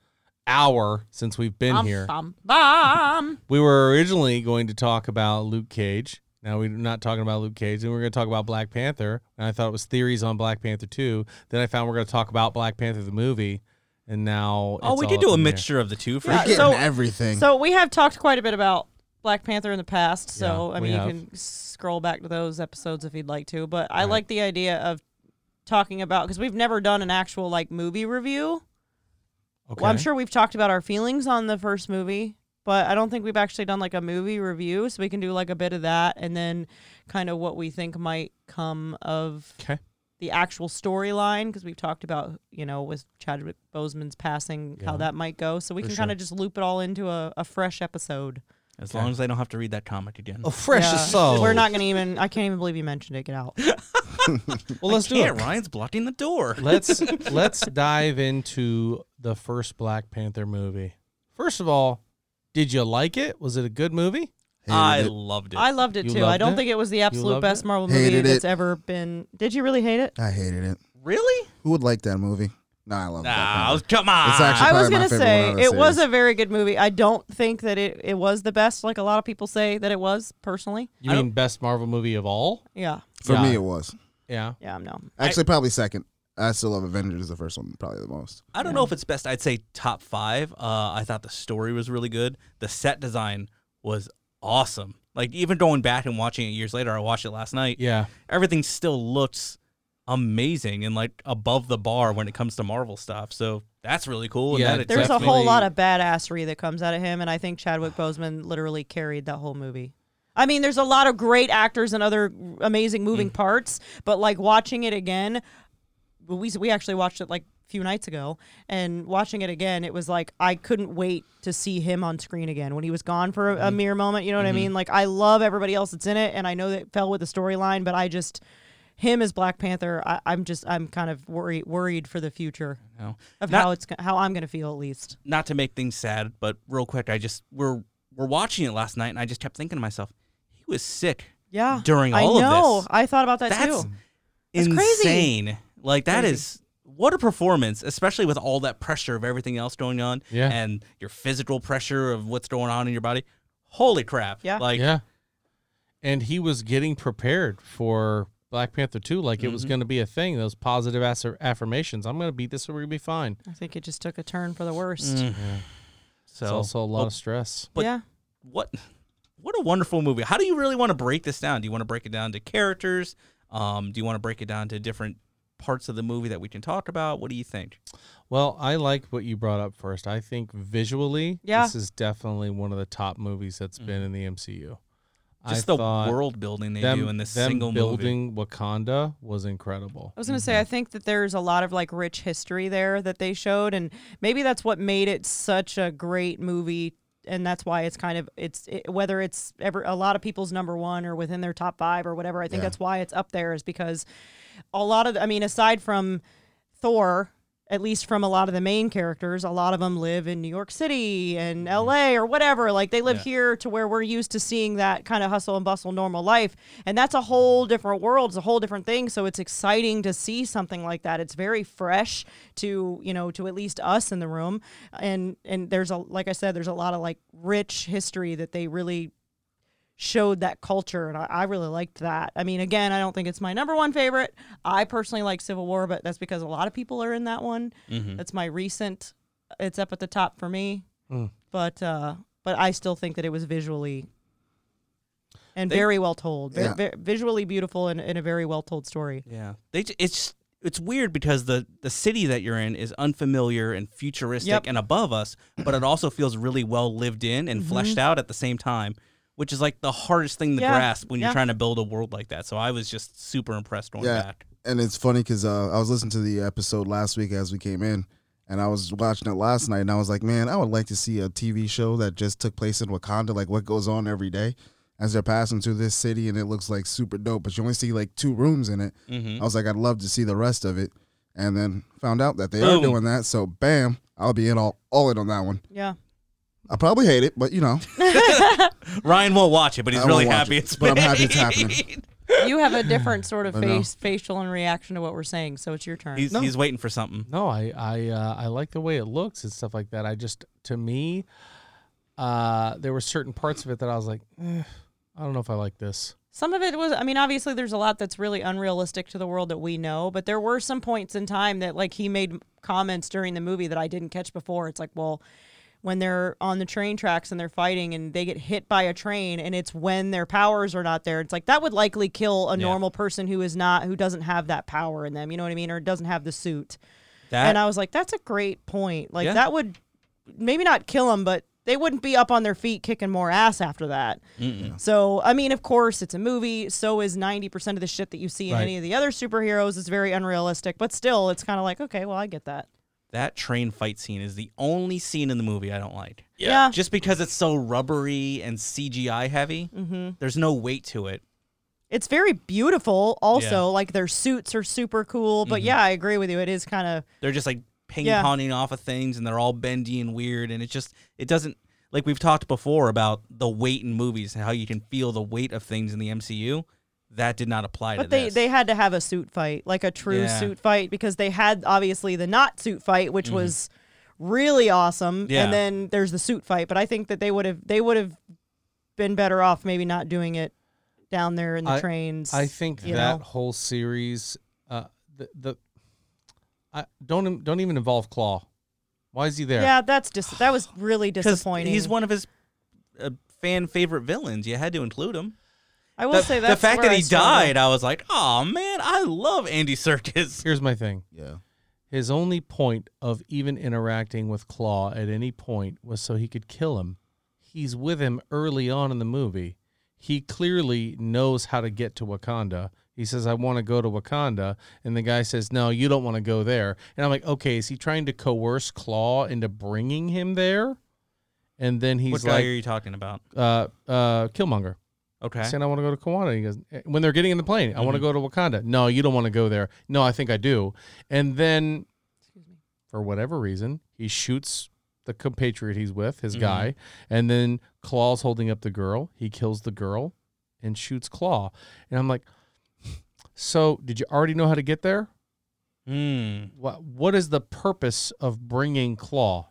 hour since we've been
Bum,
here.
bum, bum.
We were originally going to talk about Luke Cage. Now we're not talking about Luke Cage, and we're going to talk about Black Panther. And I thought it was theories on Black Panther two. Then I found we're going to talk about Black Panther the movie, and now
Oh,
it's
we
all
could
up
do a
in the air.
mixture of the two for
You're
Yeah,
sure.
getting
so-
everything.
So we have talked quite a bit about Black Panther in the past. So
Yeah, we
I mean, you
have.
can scroll back to those episodes if you'd like to. But I
Right.
like the idea of talking about because we've never done an actual like movie review.
Okay.
Well, I'm sure we've talked about our feelings on the first movie, but I don't think we've actually done like a movie review. So we can do like a bit of that and then kind of what we think might come of
Okay.
the actual storyline because we've talked about, you know, with Chadwick Boseman's passing,
Yeah.
how that might go. So we
For
can
sure.
kind of just loop it all into a, a fresh episode.
As long as I don't have to read that comic again.
Oh, fresh
Yeah.
as soul.
We're not going to even, I can't even believe you mentioned it. Get out.
Well, let's do it.
Can't, Ryan's blocking the door.
let's let's dive into the first Black Panther movie. First of all, did you like it? Was it a good movie?
Hated
I
it.
loved it.
I loved it
You
too. I
loved
don't
it?
think it was the absolute
loved
best
it?
Marvel movie
Hated
that's
it.
ever been. Did you really hate it?
I hated it.
really?
Who would like that movie? Nah, I love
Nah,
that.
come on.
It's actually-
I was
probably my
gonna
favorite
say
one out of the
it was
series.
a very good movie. I don't think that it, it was the best, like a lot of people say that it was. Personally,
You
I
mean best Marvel movie of all?
yeah,
For
Yeah.
me, it was
Yeah.
yeah, I'm no.
actually probably second. I still love Avengers, the first one, probably the most.
I don't know if it's best. I'd say top five. Uh, I thought the story was really good. The set design was awesome. Like even going back and watching it years later, I watched it last night.
Yeah.
Everything still looks amazing and like above the bar when it comes to Marvel stuff. So that's really cool. and
Yeah,
that it
There's a
Definitely-
whole lot of badassery that comes out of him, and I think Chadwick Boseman literally carried that whole movie. I mean, there's a lot of great actors and other amazing moving parts, but like watching it again, we we actually watched it like a few nights ago, and watching it again, it was like I couldn't wait to see him on screen again when he was gone for a, a mere moment. You know what I mean? Like I love everybody else that's in it, and I know that it fell with the storyline, but I just. Him as Black Panther, I, I'm just I'm kind of worried worried for the future
You know?
of
Not-
how it's go- how I'm gonna feel at least.
not to make things sad, but real quick, I just we're we're watching it last night, and I just kept thinking to myself, he was sick
Yeah.
during
Ah, I
all
know.
of this.
I thought about that
That's
too. That's crazy.
insane. Like that
Crazy.
is what a performance, especially with all that pressure of everything else going on,
Yeah.
and your physical pressure of what's going on in your body. Holy crap!
Yeah.
like
yeah. And he was getting prepared for Black Panther 2 like it was
Mm-hmm.
going to be a thing. Those positive ass- affirmations. I'm going to beat this. We're going to be fine.
I think it just took a turn for the worst.
Mm.
It's
so
also a lot
Oh,
of stress.
but-
yeah.
what what a wonderful movie. How do you really want to break this down? Do you want to break it down to characters? Um, do you want to break it down to different parts of the movie that we can talk about? What do you think?
Well, I like what you brought up first. I think visually,
Yeah.
this is definitely one of the top movies that's been in the MCU.
Mm. Just
I
the
thought
world building they
them-
do in this
them
single movie.
building Wakanda was incredible.
I was going to say, I think that there's a lot of like rich history there that they showed, and maybe that's what made it such a great movie. And that's why it's kind of it's it, whether it's ever a lot of people's number one or within their top five or whatever. I think that's why it's up there is because a lot of I mean, aside from Thor, at least from a lot of the main characters, a lot of them live in New York City and LA or whatever. Like they live here to where we're used to seeing that kind of hustle and bustle normal life. And that's a whole different world. It's a whole different thing. So it's exciting to see something like that. It's very fresh to, you know, to at least us in the room. And and there's a like I said, there's a lot of like rich history that they really showed that culture and I, I really liked that i mean again i don't think it's my number one favorite i personally like civil war but that's because a lot of people are in that one that's my recent it's up at the top for me
Mm.
but uh but i still think that it was visually and
They-
very well told Ve-
Yeah.
ve- visually beautiful and, and a very well told story
Yeah, they j- it's it's weird because the the city that you're in is unfamiliar and futuristic
Yep.
and above us, but it also feels really well lived in and fleshed out at the same time, which is like the hardest thing to
Yeah,
grasp when you're
yeah.
trying to build a world like that. So I was just super impressed on
Yeah.
that.
and it's funny because uh, I was listening to the episode last week as we came in, and I was watching it last night, and I was like, man, I would like to see a TV show that just took place in Wakanda, like what goes on every day as they're passing through this city, and it looks like super dope, but you only see like two rooms in it.
Mm-hmm.
I was like, I'd love to see the rest of it, and then found out that they are
Boom.
doing that, so bam, I'll be in all all in on that one.
yeah
I probably hate it, but you know,
Ryan won't watch it, but he's
I
really
won't watch
happy
it,
it's
but I'm happy
made.
it's happening.
you have a different sort of
I know.
face facial and reaction to what we're saying so it's your turn
He's, he's waiting for something.
No, I I uh, I like the way it looks and stuff like that. I just to me, uh, there were certain parts of it that I was like, eh, I don't know if I like this.
Some of it was, I mean, obviously there's a lot that's really unrealistic to the world that we know, but there were some points in time that, like, he made comments during the movie that I didn't catch before. It's like, well, when they're on the train tracks and they're fighting and they get hit by a train and it's when their powers are not there, it's like that would likely kill a normal person who is not, who doesn't have that power in them, you know what I mean? Or doesn't have the suit.
That
and I was like, that's a great point. Like,
Yeah.
that would maybe not kill them, but they wouldn't be up on their feet kicking more ass after that. So, I mean, of course, it's a movie. So is 90% of the shit that you see in
Right.
any of the other superheroes is very unrealistic. But still, it's kind of like, okay, well, I get that.
that train fight scene is the only scene in the movie I don't like.
Yeah.
Just because it's so rubbery and CGI heavy,
Mm-hmm.
there's no weight to it.
It's very beautiful, also. Like, their suits are super cool. But yeah, I agree with you. It is kind of,
They're just like ping
Yeah.
ponging off of things and they're all bendy and weird. And it just, it doesn't, like we've talked before about the weight in movies and how you can feel the weight of things in the MCU. That did not apply to
but they,
this.
they had to have a suit fight, like a true
Yeah. Mm-hmm.
suit fight, because they had obviously the not suit fight, which was really awesome.
Yeah.
And then there's the suit fight. But I think that they would have, they would have been better off maybe not doing it down there in the
I-
trains.
I think
you
that
know?
whole series, uh, the the, I don't im- don't even involve Claw. Why is he there?
Yeah, that's dis- that was really
'Cause
disappointing.
He's one of his uh, fan favorite villains. You had to include him.
I will
The,
say
the
that's
fact
where
that
I
he
struggle.
died, I was like, oh man, I love Andy Serkis.
Here's my thing.
yeah.
His only point of even interacting with Claw at any point was so he could kill him. He's with him early on in the movie. He clearly knows how to get to Wakanda. He says, I want to go to Wakanda. And the guy says, No, you don't want to go there. And I'm like, Okay, is he trying to coerce Claw into bringing him there? And then he's
what guy
like,
are you talking about?
uh, uh, Killmonger
Okay. Mm-hmm.
saying, I want to go to Kiwana. He goes, eh, when they're getting in the plane, I want to go to Wakanda. No, you don't want to go there. No, I think I do. And then, for whatever reason, he shoots the compatriot he's with,
Mm-hmm.
his guy, and then Claw's holding up the girl. He kills the girl and shoots Claw. And I'm like, so did you already know how to get there?
Mm.
What, what is the purpose of bringing Claw?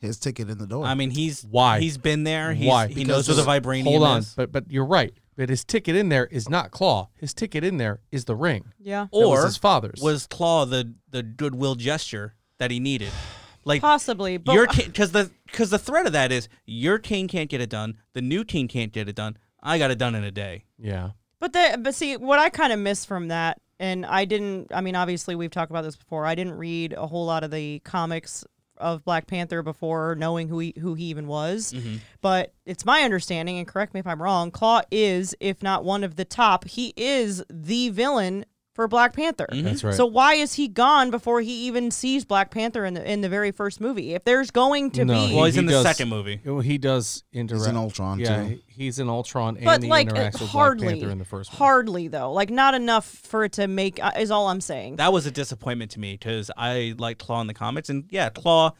His ticket in the door.
I mean, he's
Why?
he's been there. He's,
Why?
He
Because
knows where the
it's-
vibranium
Hold on,
is.
but but you're right. But his ticket in there is not Claw. His ticket in there is the ring.
Yeah.
That was
Or
his father's.
was Claw the the goodwill gesture that he needed? Like
Possibly, but
your because the because the threat of that is your king can't get it done. The new king can't get it done. I got it done in a day.
Yeah.
but the, but see what I kind of miss from that and I didn't. I mean, obviously, we've talked about this before. I didn't read a whole lot of the comics of Black Panther before knowing who he, who he even was.
Mm-hmm.
But it's my understanding, and correct me if I'm wrong. Claw is, if not one of the top, he is the villain for Black Panther.
Mm-hmm.
That's right.
So why is he gone before he even sees Black Panther in the in the very first movie? If there's going to
No,
be,
He-
Well, he's
he
in the
does-
second movie.
Well, he does interact.
in Ultron,
yeah,
too.
he- he's in Ultron, and
but
he
like
interacts with
hardly
Black Panther in the first one.
hardly though like not enough for it to make uh, is all i'm saying
That was a disappointment to me because I like Claw in the comics, and yeah, Claw,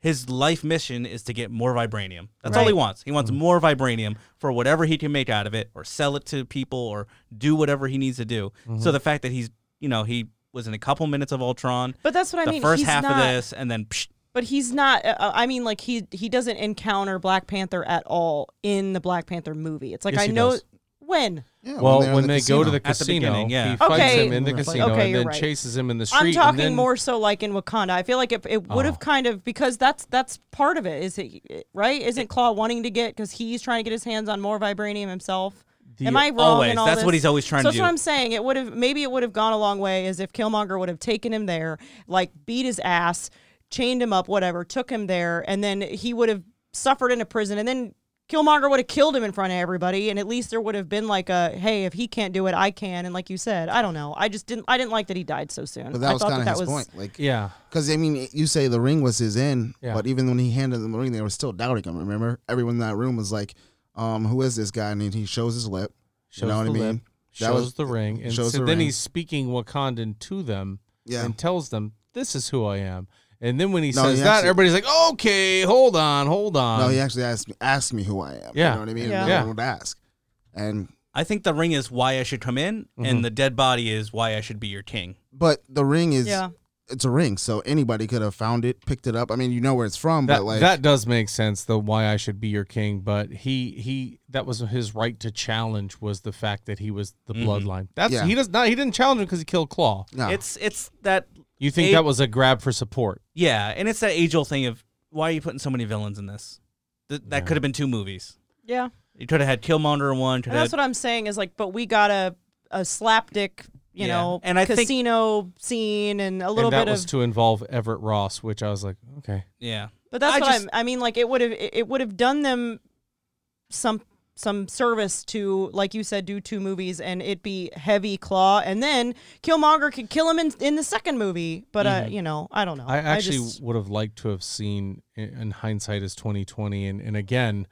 his life mission is to get more vibranium. That's all
Right.
he
Mm-hmm.
wants. He wants more vibranium for whatever he can make out of it, or sell it to people, or do whatever he needs to do.
Mm-hmm.
So the fact that he's, you know, he was in a couple minutes of Ultron,
but that's what i
the
mean
first
he's
half
not,
of this, and then psh,
but he's not uh, uh, i mean like he he doesn't encounter black panther at all in the black panther movie it's like
Yes,
i
he
know
does.
when
Yeah,
Well,
they're in
when they go to
casino.
the
At the
casino,
beginning, yeah.
he fights
Okay.
him in the
Okay,
casino and
you're
then
right.
chases him in the street.
i'm talking
and then,
more so like in wakanda i feel like it, it would have
Oh.
kind of because that's that's part of it is it right isn't claw wanting to get because he's trying to get his hands on more vibranium himself Am I wrong?
always.
in all
That's
this?
what he's always trying
so
to
that's
do.
what I'm saying. It would have maybe it would have gone a long way as if Killmonger would have taken him there, like beat his ass, chained him up, whatever, took him there, and then he would have suffered into prison, and then Killmonger would have killed him in front of everybody, and at least there would have been like a hey, if he can't do it, I can, and like you said, I don't know, I just didn't, I didn't like that he died so soon.
But that
I
was
thought
kind of
that
his
that was,
point. Like,
Yeah,
because I mean, you say the ring was his end,
Yeah.
but even when he handed them the ring, they were still doubting him. Remember, everyone in that room was like, um, "Who is this guy?" And then he shows his lip.
shows
you know what
the
I mean?
lip,
That
shows
was-
the ring, and
shows
so
the
then
ring.
he's speaking Wakandan to them
Yeah.
and tells them, "This is who I am." And then when he
No,
says
he
that,
actually-
everybody's like, "Okay, hold on, hold on."
no, he actually asked me, asked me who I am.
um, Yeah.
you know what I mean.
Yeah.
And
Yeah.
I would ask, and
I think the ring is why I should come in,
Mm-hmm.
and the dead body is why I should be your king.
but the ring is
Yeah.
it's a ring, so anybody could have found it, picked it up. I mean, you know where it's from,
that,
but like
that does make sense though why I should be your king but he he that was his right to challenge was the fact that he was the
Mm-hmm.
bloodline that's
Yeah.
he does not he didn't challenge him because he killed claw
Ah.
no.
It's it's that
you think
Eight-
that was a grab for support
yeah, and it's that age old thing of why are you putting so many villains in this? Th- that could have been two movies.
yeah.
You could have had Killmonger in one. Could
And that's
have
what I'm saying is like, but we got a a slapdick, you
Yeah.
know,
And I think-
casino scene and a little
and that
bit
was
of
to involve Everett Ross which I was like okay
yeah.
But that's
I
what
just-
I'm, I mean. Like it would have it would have done them some some service to, like you said, do two movies and it be heavy claw, and then Killmonger could kill him in in the second movie. But uh, you know, I don't know.
Mm-hmm. I actually
just-
would have liked to have seen in, in hindsight is 2020 and and again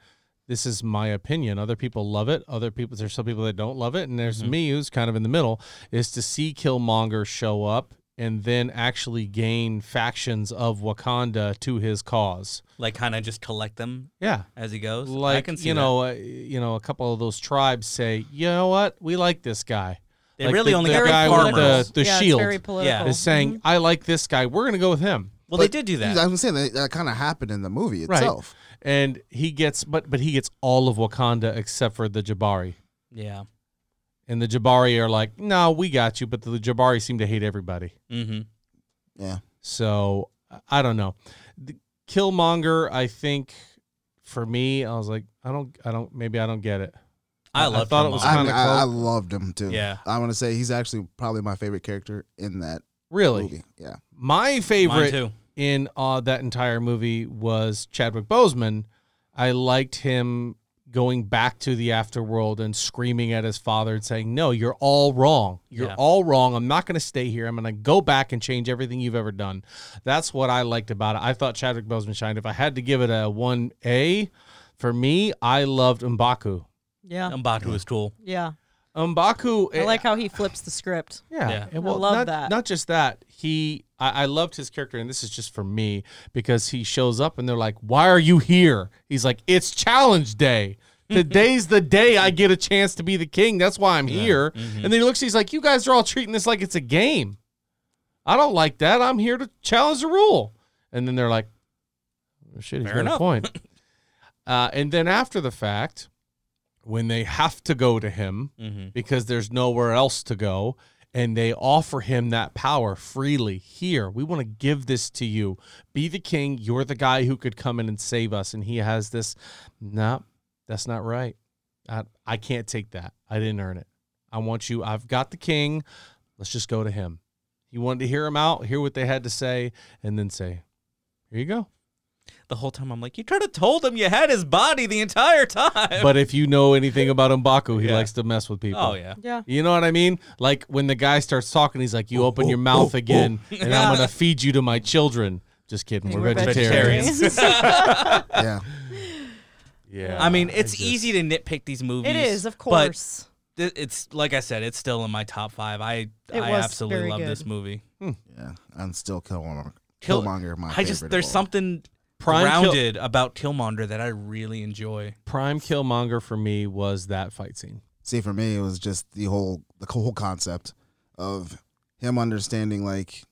this is my opinion other people love it other people there's some people that don't love it and there's
Mm-hmm.
me who's kind of in the middle is to see Killmonger show up and then actually gain factions of Wakanda to his cause.
Like kind of just collect them
Yeah.
as he goes. I
Like
can see
you
that.
know, uh, you know, a couple of those tribes say, you know what, we like this guy.
They
Like
really
the-
only
the
got the
guy with
farmers.
the, the
yeah,
shield
It's very political.
Yeah.
is saying, I like this guy. We're gonna go with him.
well,
but-
they did do that.
I was gonna say that, that kind of happened in the movie
Right.
itself.
and he gets but but he gets all of Wakanda except for the Jabari.
yeah.
And the Jabari are like, "No, we got you," but the Jabari seem to hate everybody.
Mm-hmm.
Yeah,
So I- I don't know. The Killmonger, I think for me, I was like, I don't, I don't, maybe I don't get it.
I,
I
love
thought it was
Killmonger.
I,
kinda
I, I
close.
loved him too.
Yeah.
I want to say he's actually probably my favorite character in that
Really,
movie. Yeah,
my favorite
too.
in uh, that entire movie was Chadwick Boseman. I liked him going back to the afterworld and screaming at his father and saying, "No, you're all wrong. You're
Yeah.
all wrong. I'm not going to stay here. I'm going to go back and change everything you've ever done." That's what I liked about it. I thought Chadwick Boseman shined. If I had to give it a one A, for me, I loved Mbaku.
Mm-hmm. yeah,
M'Baku is cool.
yeah.
Mbaku,
I like how he flips the script.
yeah,
Yeah.
and
I love
not,
that.
Not just that, he I, I loved his character, and this is just for me because he shows up and they're like, "Why are you here?" He's like, "It's challenge day. Today's the day I get a chance to be the king. That's why I'm here."
Mm-hmm.
And then he looks, he's like, "You guys are all treating this like it's a game. I don't like that. I'm here to challenge the rule." And then they're like, "Oh, "Shit, he's
Fair
got a
enough."
point." uh, and then after the fact, when they have to go to him
Mm-hmm.
because there's nowhere else to go. And they offer him that power freely. Here, we want to give this to you. Be the king. You're the guy who could come in and save us. And he has this, no, that's not right. I, I can't take that. I didn't earn it. I want you. I've got the king. Let's just go to him. He wanted to hear him out, hear what they had to say, and then say, "Here you go."
The whole time I'm like, you could have told him you had his body the entire time.
But if you know anything about Mbaku, he
Eh, Yeah.
likes to mess with people.
oh yeah,
Yeah.
You know what I mean? Like when the guy starts talking, he's like, "You
Oh,
open your mouth again, and I'm gonna feed you to my children." Just kidding, we're,
We're
vegetarians.
Yeah.
Yeah,
I mean, it's
just-
easy to nitpick these movies.
It is, of
but
course.
th- it's like I said, it's still in my top five. I
It
I
was
absolutely
very
love
good.
this movie.
Yeah. And still Killmonger.
Kill-
Killmonger, my
I just
favorite
there's
of all.
something
Prime Kill-
grounded about Killmonger that I really enjoy.
Prime Killmonger for me was that fight scene.
See, for me, it was just the whole the whole concept of him understanding like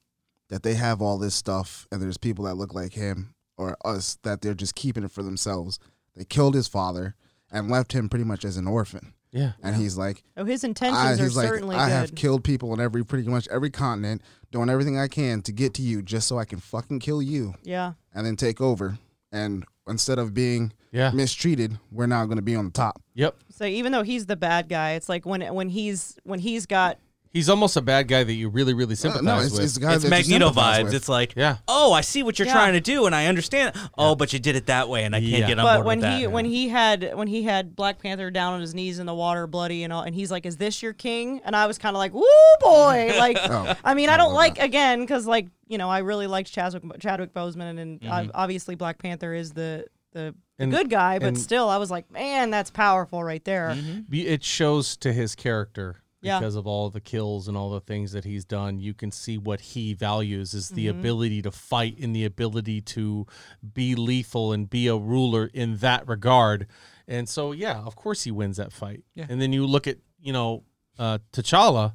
that they have all this stuff, and there's people that look like him or us that they're just keeping it for themselves. They killed his father and left him pretty much as an orphan,
Yeah,
and he's like,
Oh, his
I,
intentions are
he's like,
certainly
I
good.
have killed people on every pretty much every continent, doing everything I can to get to you, just so I can fucking kill you
yeah.
and then take over. And instead of being
yeah,
mistreated, we're now going to be on the top.
yep.
So even though he's the bad guy, it's like when when he's when he's got
He's almost a bad guy that you really, really
Uh,
sympathize
no, it's,
with.
it's the guys
it's
that you
Magneto
sympathize
vibes.
with.
It's like,
Yeah.
oh, I see what you're
Yeah.
trying to do, and I understand. Oh, but you did it that way, and I can't
Yeah.
get on
but
board
when
with that.
he when he had when he had Black Panther down on his knees in the water, bloody and all, and he's like, "Is this your king?" And I was kind of like, "Woo, boy!" Like,
Oh,
I mean, I
I
don't
love
like again because like you know, I really liked Chadwick Chadwick Boseman, and ob- obviously Black Panther is the the
And-
good guy, but
and-
still, I was like, "Man, that's powerful right there."
Mm-hmm.
Be- it shows to his character
Yeah.
because of all the kills and all the things that he's done you can see what he values is the
Mm-hmm.
ability to fight and the ability to be lethal and be a ruler in that regard and so yeah of course he wins that fight
Yeah.
and then you look at you know uh, t'challa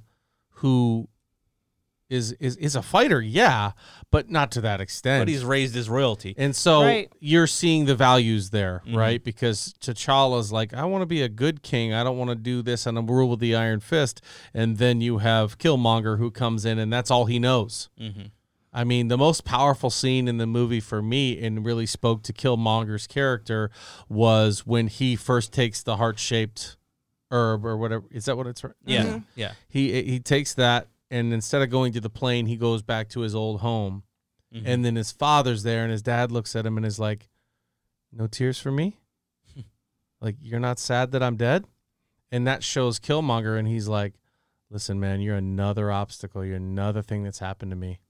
who is, is is a fighter yeah but not to that extent
but he's raised his royalty.
and so
Right.
you're seeing the values there, right? Because T'Challa's like, I want to be a good king. I don't want to do this and I'm rule with the iron fist. And then you have Killmonger who comes in and that's all he knows.
Mm-hmm.
Mm-hmm.
I mean, the most powerful scene in the movie for me and really spoke to Killmonger's character was when he first takes the heart shaped herb or whatever. Is that what it's?
Yeah, yeah.
he he takes that and instead of going to the plane he goes back to his old home
Mm-hmm.
Mm-hmm.
and then his father's there and his dad looks at him and is like no tears for me
Hmm.
like you're not sad that i'm dead and that shows killmonger and he's like listen man you're another obstacle you're another thing that's happened to me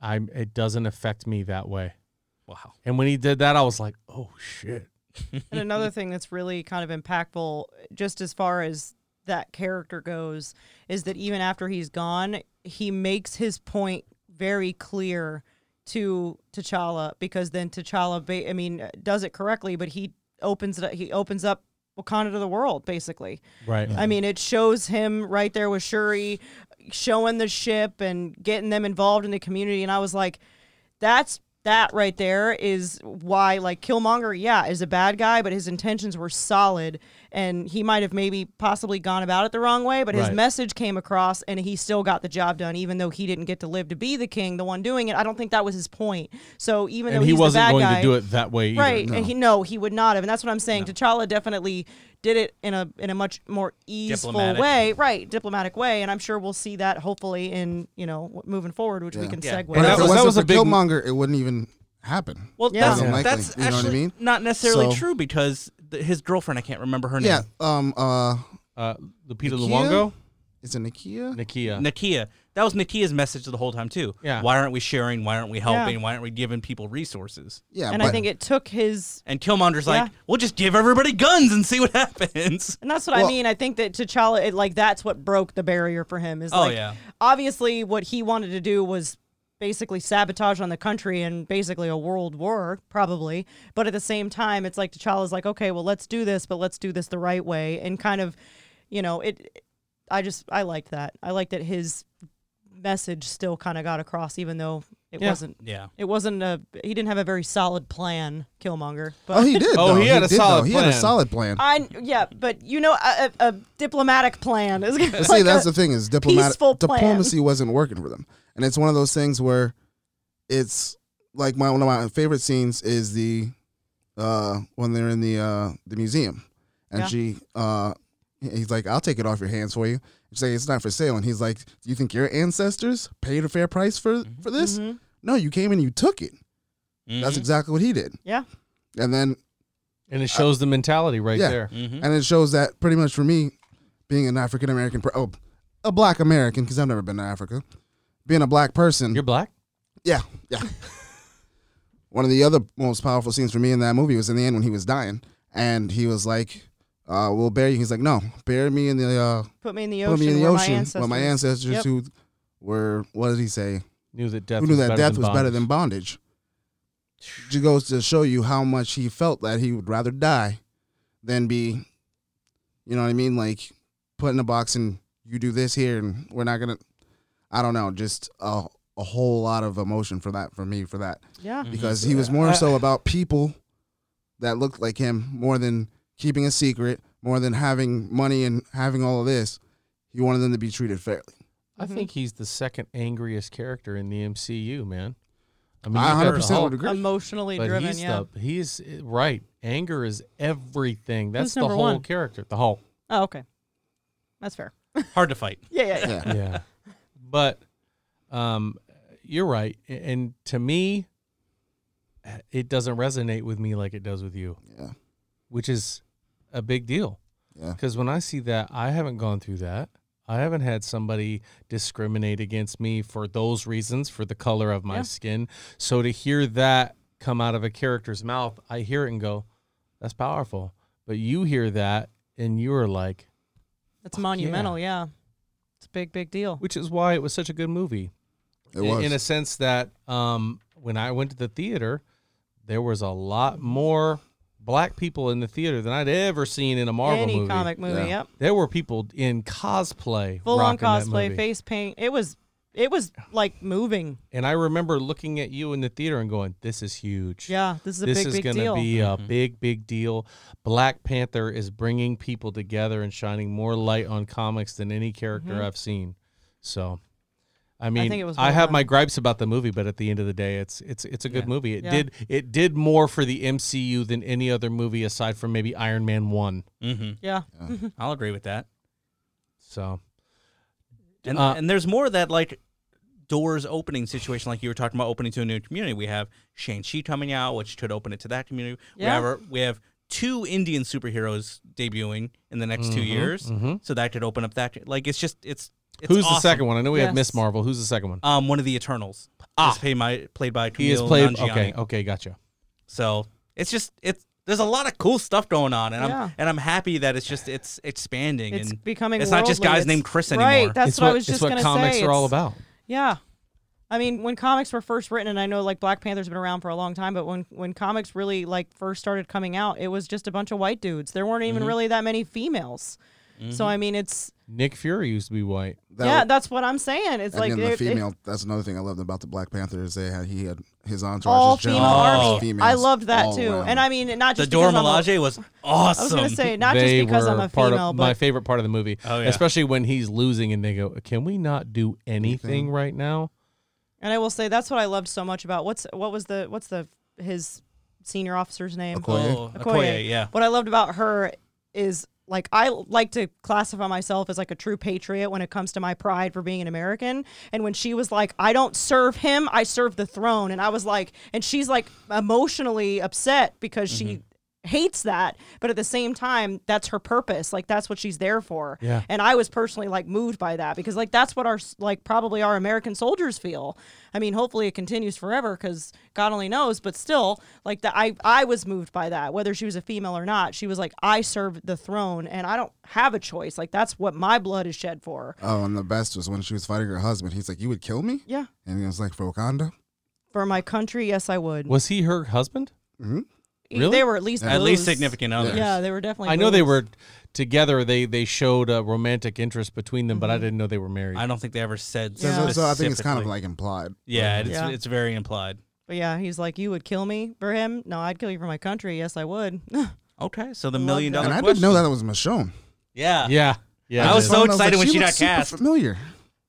i'm it doesn't affect me that way
Wow.
and when he did that i was like oh shit
And another thing that's really kind of impactful, just as far as that character goes, is that even after he's gone, he makes his point very clear to T'Challa because then T'Challa, ba- I mean, does it correctly, but he opens it. up- He opens up Wakanda to the world, basically.
right
I mean, it shows him right there with Shuri, showing the ship and getting them involved in the community. And I was like, that's that right there is why, like, Killmonger, yeah, is a bad guy, but his intentions were solid. And he might have maybe possibly gone about it the wrong way, but his
Right.
message came across and he still got the job done, even though he didn't get to live to be the king, the one doing it. I don't think that was his point. So even
and
though
he
he's
wasn't
the bad
going
guy,
to do it that way either.
Right, and he no, he would not have, and that's what I'm saying. T'Challa definitely did it in a in a much more easeful
Diplomatic.
way, right? Diplomatic way, and I'm sure we'll see that hopefully in you know w- moving forward, which we
Yeah.
can
Yeah.
segue.
But
that was-
if it
that
wasn't
was a
for
big-
Killmonger, it wouldn't even happen.
Well,
Yeah.
that's,
More than likely,
that's
you know what I
actually
mean?
not necessarily
So-
true because th- his girlfriend, I can't remember her name,
yeah. Um. Uh.
uh lupita
Nakia?
luongo
Is it Nakia?
nikia
Nakia. That was Nakia's message the whole time too.
Yeah.
Why aren't we sharing? Why aren't we helping?
Yeah.
Why aren't we giving people resources?
Yeah.
and
but
I think it took his,
And Killmonger's like,
Yeah.
we'll just give everybody guns and see what happens.
and that's what I
Well-
mean. I think that T'Challa, it, like that's what broke the barrier for him. Is
Oh,
like
yeah.
obviously what he wanted to do was basically sabotage on the country and basically a world war probably but at the same time it's like T'Challa's like okay well let's do this but let's do this the right way and kind of you know it I just I liked that I liked that his message still kind of got across even though it
Yeah.
wasn't
Yeah.
it wasn't a he didn't have a very solid plan Killmonger but
Oh, he did.
Oh,
though.
he had a
did,
solid
though. He had a
plan.
solid plan.
I yeah but you know a, a, a diplomatic plan is
But
like
see, that's
a-
the thing is diplomatic
peaceful plan.
diplomacy wasn't working for them, and it's one of those things where it's like my one of my favorite scenes is the uh when they're in the uh the museum, and
Yeah.
she uh He's like, I'll take it off your hands for you. She's like, it's not for sale. And he's like, Do you think your ancestors paid a fair price for, for this?
Mhm.
No, you came and you took it. That's
Mhm.
exactly what he did.
Mm-hmm. Yeah.
And then
And it shows the mentality right
yeah. Mm-hmm.
there.
Mhm.
and it shows that pretty much for me, being an African American, per- oh, a black American, because I've never been to Africa, being a black person,
You're black?
yeah, yeah. One of the other most powerful scenes for me in that movie was in the end when he was dying, and he was like, uh, "We'll bury you." He's like, "No, bury me in the uh,
Put me in the
put
ocean.
me in the
where
ocean with my ancestors
Yep.
who were what did he say?
Knew that death
who knew
was
that
better
death
than
was better
bondage.
than bondage. Just goes to show you how much he felt that he would rather die than be, you know what I mean? Like put in a box and you do this here and we're not gonna. I don't know, just a a whole lot of emotion for that for me for that
Mm-hmm.
Yeah.
because he was more so about people that looked like him more than keeping a secret, more than having money and having all of this. He wanted them to be treated fairly.
Mm-hmm.
I think he's the second angriest character in the MCU, man. I
I
you got the
100%
Hulk,
would agree.
Emotionally
But
driven.
he's
Yeah.
the he's eh, right. Anger is everything. That's
Who's
the
number
whole
one?
character. The Hulk.
Oh, okay. That's fair.
Hard to fight.
Yeah, yeah, yeah.
Yeah.
yeah. But um you're right. A- And to me eh, it doesn't resonate with me like it does with you,
Yeah.
which is a big deal.
Yeah.
Cuz when I see that, I haven't gone through that. I haven't had somebody discriminate against me for those reasons, for the color of my
Yeah.
skin. So to hear that come out of a character's mouth, I hear it and go, that's powerful. But you hear that and you're like,
That's
Fuck
monumental. Yeah. It's a big, big deal.
which is why it was such a good movie.
It
in,
was.
in a sense that um, when I went to the theater, there was a lot more black people in the theater than I'd ever seen in a Marvel
Any
movie.
comic movie.
Yeah.
Yep.
There were people in cosplay,
Full on
rocking that
cosplay,
movie.
face paint. It was, it was like moving.
and I remember looking at you in the theater and going, "This is huge.
Yeah. This is a
this
big,
is
big
going to
deal.
be a
Mm-hmm.
big, big deal." Black Panther is bringing people together and shining more light on comics than any character I've seen. So. I mean, I,
Mm-hmm. think it was well
have
done.
my gripes about the movie, but at the end of the day, it's it's it's a good
Yeah.
movie. It
Yeah.
did it did more for the MCU than any other movie aside from maybe Iron Man one.
hmm
yeah.
I'll agree with that.
So
And
Uh,
and there's more of that like doors opening situation, like you were talking about opening to a new community. We have Shang Chi coming out, which could open it to that community. We
Yeah.
have our- we have two Indian superheroes debuting in the next two years,
mhm.
so that could open up that. Like it's just it's. it's
who's the
awesome.
second one? I know we have Miss
Yes.
Marvel. Who's the second one?
Um, one of the Eternals. Ah, is played by played by Kumail
he is played.
Nanjiani.
Okay, okay, gotcha.
So it's just it's there's a lot of cool stuff going on, and
Yeah.
I'm and I'm happy that it's just it's expanding
It's
and
becoming.
it's not just
worldly.
guys
It's-
named Chris
Right.
anymore.
That's
It's
what, I was
it's
just
what
gonna
comics
say.
are all
It's-
about.
Yeah. I mean, when comics were first written, and I know like Black Panther's been around for a long time, but when when comics really like first started coming out, it was just a bunch of white dudes. There weren't
Mm-hmm.
even really that many females. So I mean, it's
Nick Fury used to be white.
That
yeah,
was-
that's what I'm saying. It's
And
like
then
it-
the
it-
female. that's another thing I loved about the Black Panther is they had he had his entourage.
all
was generally
female
Oh.
army.
just females
I loved that
all
too,
around.
and I mean, not
the
just
Dora
because I'm a-
Milaje was
I
awesome.
was gonna say not
they
just because
were
I'm a
part
female,
of my
but
favorite part of the movie,
Oh, yeah.
especially when he's losing and they go, "Can we not do anything right now?"
and I will say that's what I loved so much about what's what was the what's the his senior officer's name?
Okoye.
Oh, Okoye, yeah.
What I loved about her is like I like to classify myself as like a true patriot when it comes to my pride for being an American. And when she was like, I don't serve him, I serve the throne. And I was like, and she's like emotionally upset because she hates that, but at the same time, that's her purpose. Like that's what she's there for.
Yeah.
And I was personally like moved by that because like that's what our like probably our American soldiers feel. I mean, hopefully it continues forever because God only knows. But still, like that, I I was moved by that. Whether she was a female or not, she was like, I serve the throne, and I don't have a choice. Like that's what my blood is shed for.
oh, and the best was when she was fighting her husband. He's like, "You would kill me,"
Yeah,
and he was like, "For Wakanda."
for my country, yes, I would.
Was he her husband? Really?
They were at least
At least
booze.
significant others.
Yeah, they were definitely.
I know they
booze.
were together. They they showed a romantic interest between them, but
Mm-hmm.
I didn't know they were married.
I don't think they ever said.
So,
Yeah.
so- so I think it's kind of
specifically.
like implied.
yeah, it's
Yeah.
it's very implied.
But yeah, he's like, you would kill me for him. No, I'd kill you for my country. Yes, I would.
Okay, so the
Love
million
that.
dollar
And I
question.
didn't know that it was Michonne.
Yeah,
yeah, yeah.
I was
just
so
found out, was
excited when she
looks
got
super
cast."
Familiar,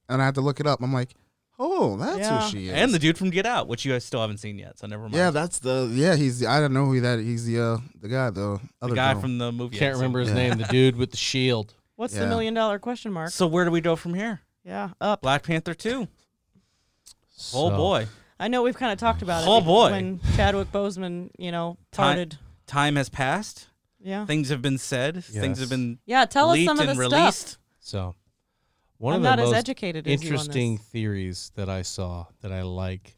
and I had to look it up. I'm like, "Oh, that's
Yeah.
who she is."
and the dude from Get Out, which you guys still haven't seen yet, so never mind.
yeah, that's the yeah. He's the, I don't know who that. He's the uh, the guy the other
the guy
girl.
from the movie.
can't
so-
remember his name. The dude with the shield.
What's the
Yeah.
million dollar question mark?
So where do we go from here?
Yeah, up.
Black Panther two.
So-
Oh boy,
I know we've kind of talked about it.
Oh, boy.
When Chadwick Boseman, you know,
Time-
parted.
time has passed.
Yeah.
Things have been said. Things have
Yes.
been
Yeah, tell us
leaked
some of the
and
stuff.
released.
So, one
I'm
of the
not as
most
educated as you on
interesting
this.
theories that I saw that I like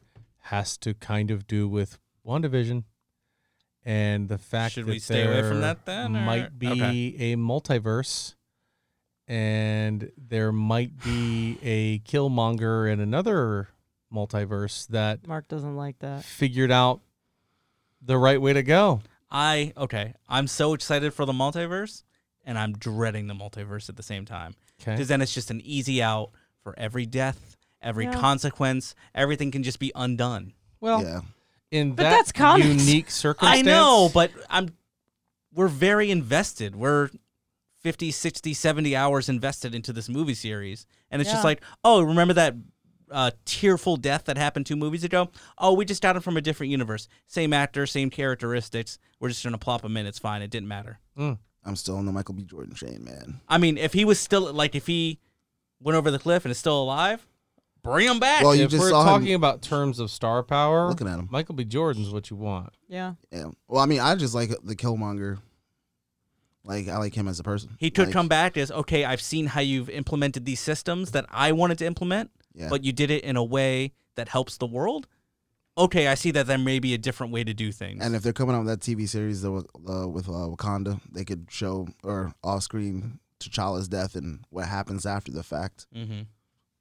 has to kind of do with WandaVision and the fact
Should
that
we stay away from
there
that then, or-
might be
Okay.
a multiverse and there might be a Killmonger and another multiverse that
Mark doesn't like that.
figured out the right way to go.
I okay. I'm so excited for the multiverse, and I'm dreading the multiverse at the same time.
Okay.
Because then it's just an easy out for every death, every
Yeah.
consequence. Everything can just be undone.
Well,
yeah.
in
But
that
that's comics.
unique circumstance.
I know, but I'm. We're very invested. We're 50, 60, 70 hours invested into this movie series, and it's just
Yeah.
like, oh, remember that uh, tearful death that happened two movies ago? Oh, we just got it from a different universe. Same actor, same characteristics. We're just gonna plop him in. It's fine. It didn't matter.
I'm still on the Michael B. Jordan train, man.
I mean, if he was still like, if he went over the cliff and is still alive, bring him back.
Well, Oh, you
if
just
we're
saw him-
talking about terms of star power,
Looking at him.
Michael B. Jordan's what you want.
Yeah.
Yeah. Well, I mean, I just like the Killmonger. Like I like him as a person.
he could
Like,
come back as okay. I've seen how you've implemented these systems that I wanted to implement,
Yeah.
but you did it in a way that helps the world. Okay, I see that there may be a different way to do things.
And if they're coming out with that TV series though, uh, with uh, Wakanda, they could show or off screen T'Challa's death and what happens after the fact.
hmm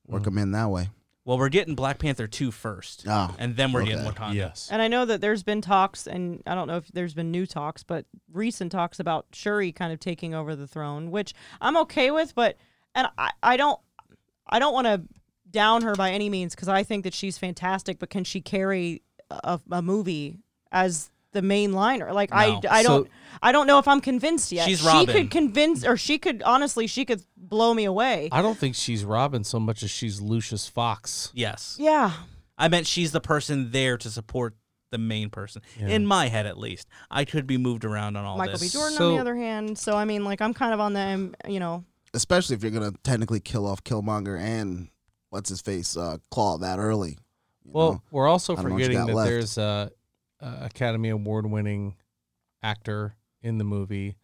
Work him in that way.
Well, we're getting Black Panther two first,
Oh,
and then we're getting
okay.
Wakanda.
Yes.
And I know that there's been talks, and I don't know if there's been new talks, but recent talks about Shuri kind of taking over the throne, which I'm okay with, but and I, I don't I don't want to down her by any means because I think that she's fantastic, but can she carry a, a movie as the main liner? Like I,
No.
I
So-
don't I don't know if I'm convinced yet.
She's
she
Robin.
could convince, or she could honestly, she could blow me away.
I don't think she's Robin so much as she's Lucius Fox.
Yes,
yeah,
I meant she's the person there to support the main person. In my head, at least, I could be moved around on all
Michael B.
this.
Jordan on
So-
the other hand. So I mean, like I'm kind of on the um, you know.
especially if you're gonna technically kill off Killmonger and what's his face uh, Claw that early. you
Well,
know?
we're also
I don't know what you
forgetting
got
that
left.
there's a, a Academy Award winning actor in the movie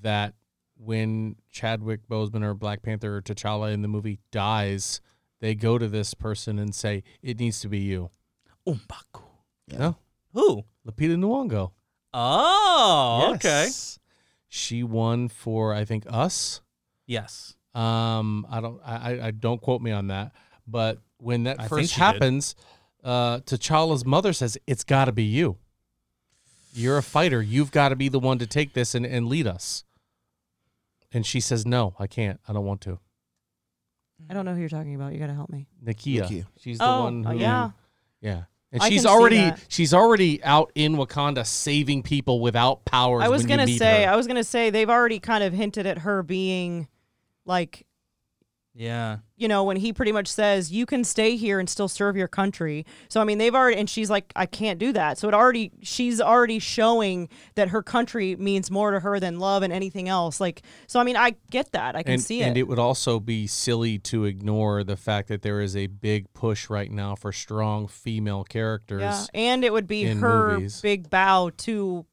that when Chadwick Boseman or Black Panther or T'Challa in the movie dies, they go to this person and say, "It needs to be you."
Umbaku.
Yeah.
No,
Who?
Lupita Nyong'o.
Oh, okay.
Yes. She won for I think Us.
Yes.
Um, I don't, I, I- I don't quote me on that. But when that
I think
first
she did.
happens, uh, T'Challa's mother says, "It's got to be you. You're a fighter. You've got to be the one to take this and, and lead us." And she says, "No, I can't. I don't want to."
I don't know who you're talking about. You gotta help me.
Nakia,
Nakia.
she's the
Oh,
one.
uh,
Who,
yeah.
yeah. And
I
she's
can see
already
that.
she's already out in Wakanda saving people without powers.
I was
when you
gonna
meet
say.
her.
I was gonna say they've already kind of hinted at her being, like,
Yeah.
you know, when he pretty much says you can stay here and still serve your country. So I mean, they've already, and she's like, I can't do that. So it already, she's already showing that her country means more to her than love and anything else. Like, so I mean, I get that. I can
and,
see
and
it.
it would also be silly to ignore the fact that there is a big push right now for strong female characters.
yeah, and it would be
in
her
movies.
big bow to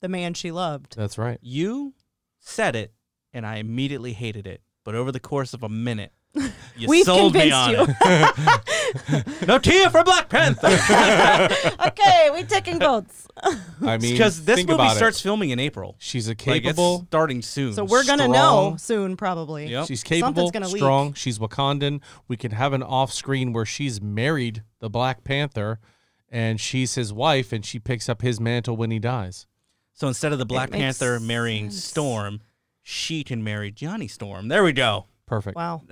the man she loved.
That's right.
You said it, and I immediately hated it. But over the course of a minute, you
We've
sold me
convinced
on
you.
it. No tear for Black Panther.
okay, we taking votes.
I mean,
Because this
think
movie
about it.
starts filming in April.
She's a
Like, it's
capable.
starting soon.
So we're gonna know
Strong.
soon, probably.
Yep.
she's
Something's
capable.
gonna leak.
Strong. She's Wakandan. We can have an off screen where she's married the Black Panther, and she's his wife, and she picks up his mantle when he dies.
So instead of the Black
makes
Panther marrying
sense.
Storm, she can marry Johnny Storm. There we go.
Perfect.
Wow.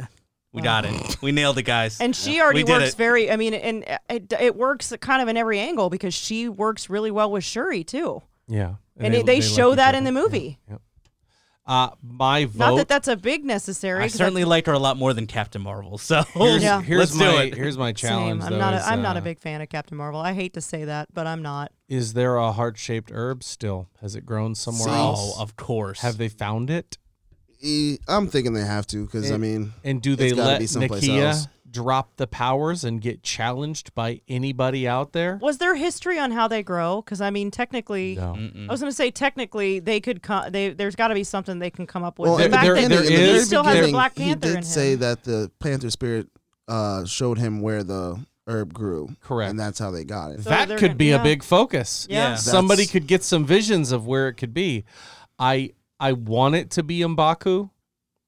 We
Wow.
got it. We nailed it, guys.
And she already
We did
works
it.
very. I mean, and it, it works kind of in every angle because she works really well with Shuri too.
Yeah.
And it- they show
each
that in
other.
the movie.
Yeah. Yeah. Uh, my vote.
Not that that's a big necessary.
I
'cause
certainly liked her a lot more than Captain Marvel. So
Here's,
Yeah.
here's
let's
my
do it.
here's my
same.
challenge.
I'm
though,
not. A,
is,
I'm not a
uh,
big fan of Captain Marvel. I hate to say that, but I'm not.
Is there a heart shaped herb still? Has it grown somewhere
See?
else?
Oh, of course.
Have they found it?
E- I'm thinking they have to because I
It-
mean,
And do they
It's gotta
let
be someplace
Nakia
else.
drop the powers and get challenged by anybody out there?
Was there history on how they grow? Because I mean, technically,
No.
I was gonna say technically they could. Co- they there's got to be something they can come up with.
well,
the
at the
fact
there-
that
beginning-
there
in the
he
is-
very
still has a
beginning,
Black
he
Panther
did
in
say
him.
that the Panther spirit uh, showed him where the herb grew.
Correct.
and that's how they got it.
So
that
they're
could
gonna-
be a
yeah.
big focus.
Yeah.
Yeah.
Somebody
That's-
could get some visions of where it could be. I I want it to be Mbaku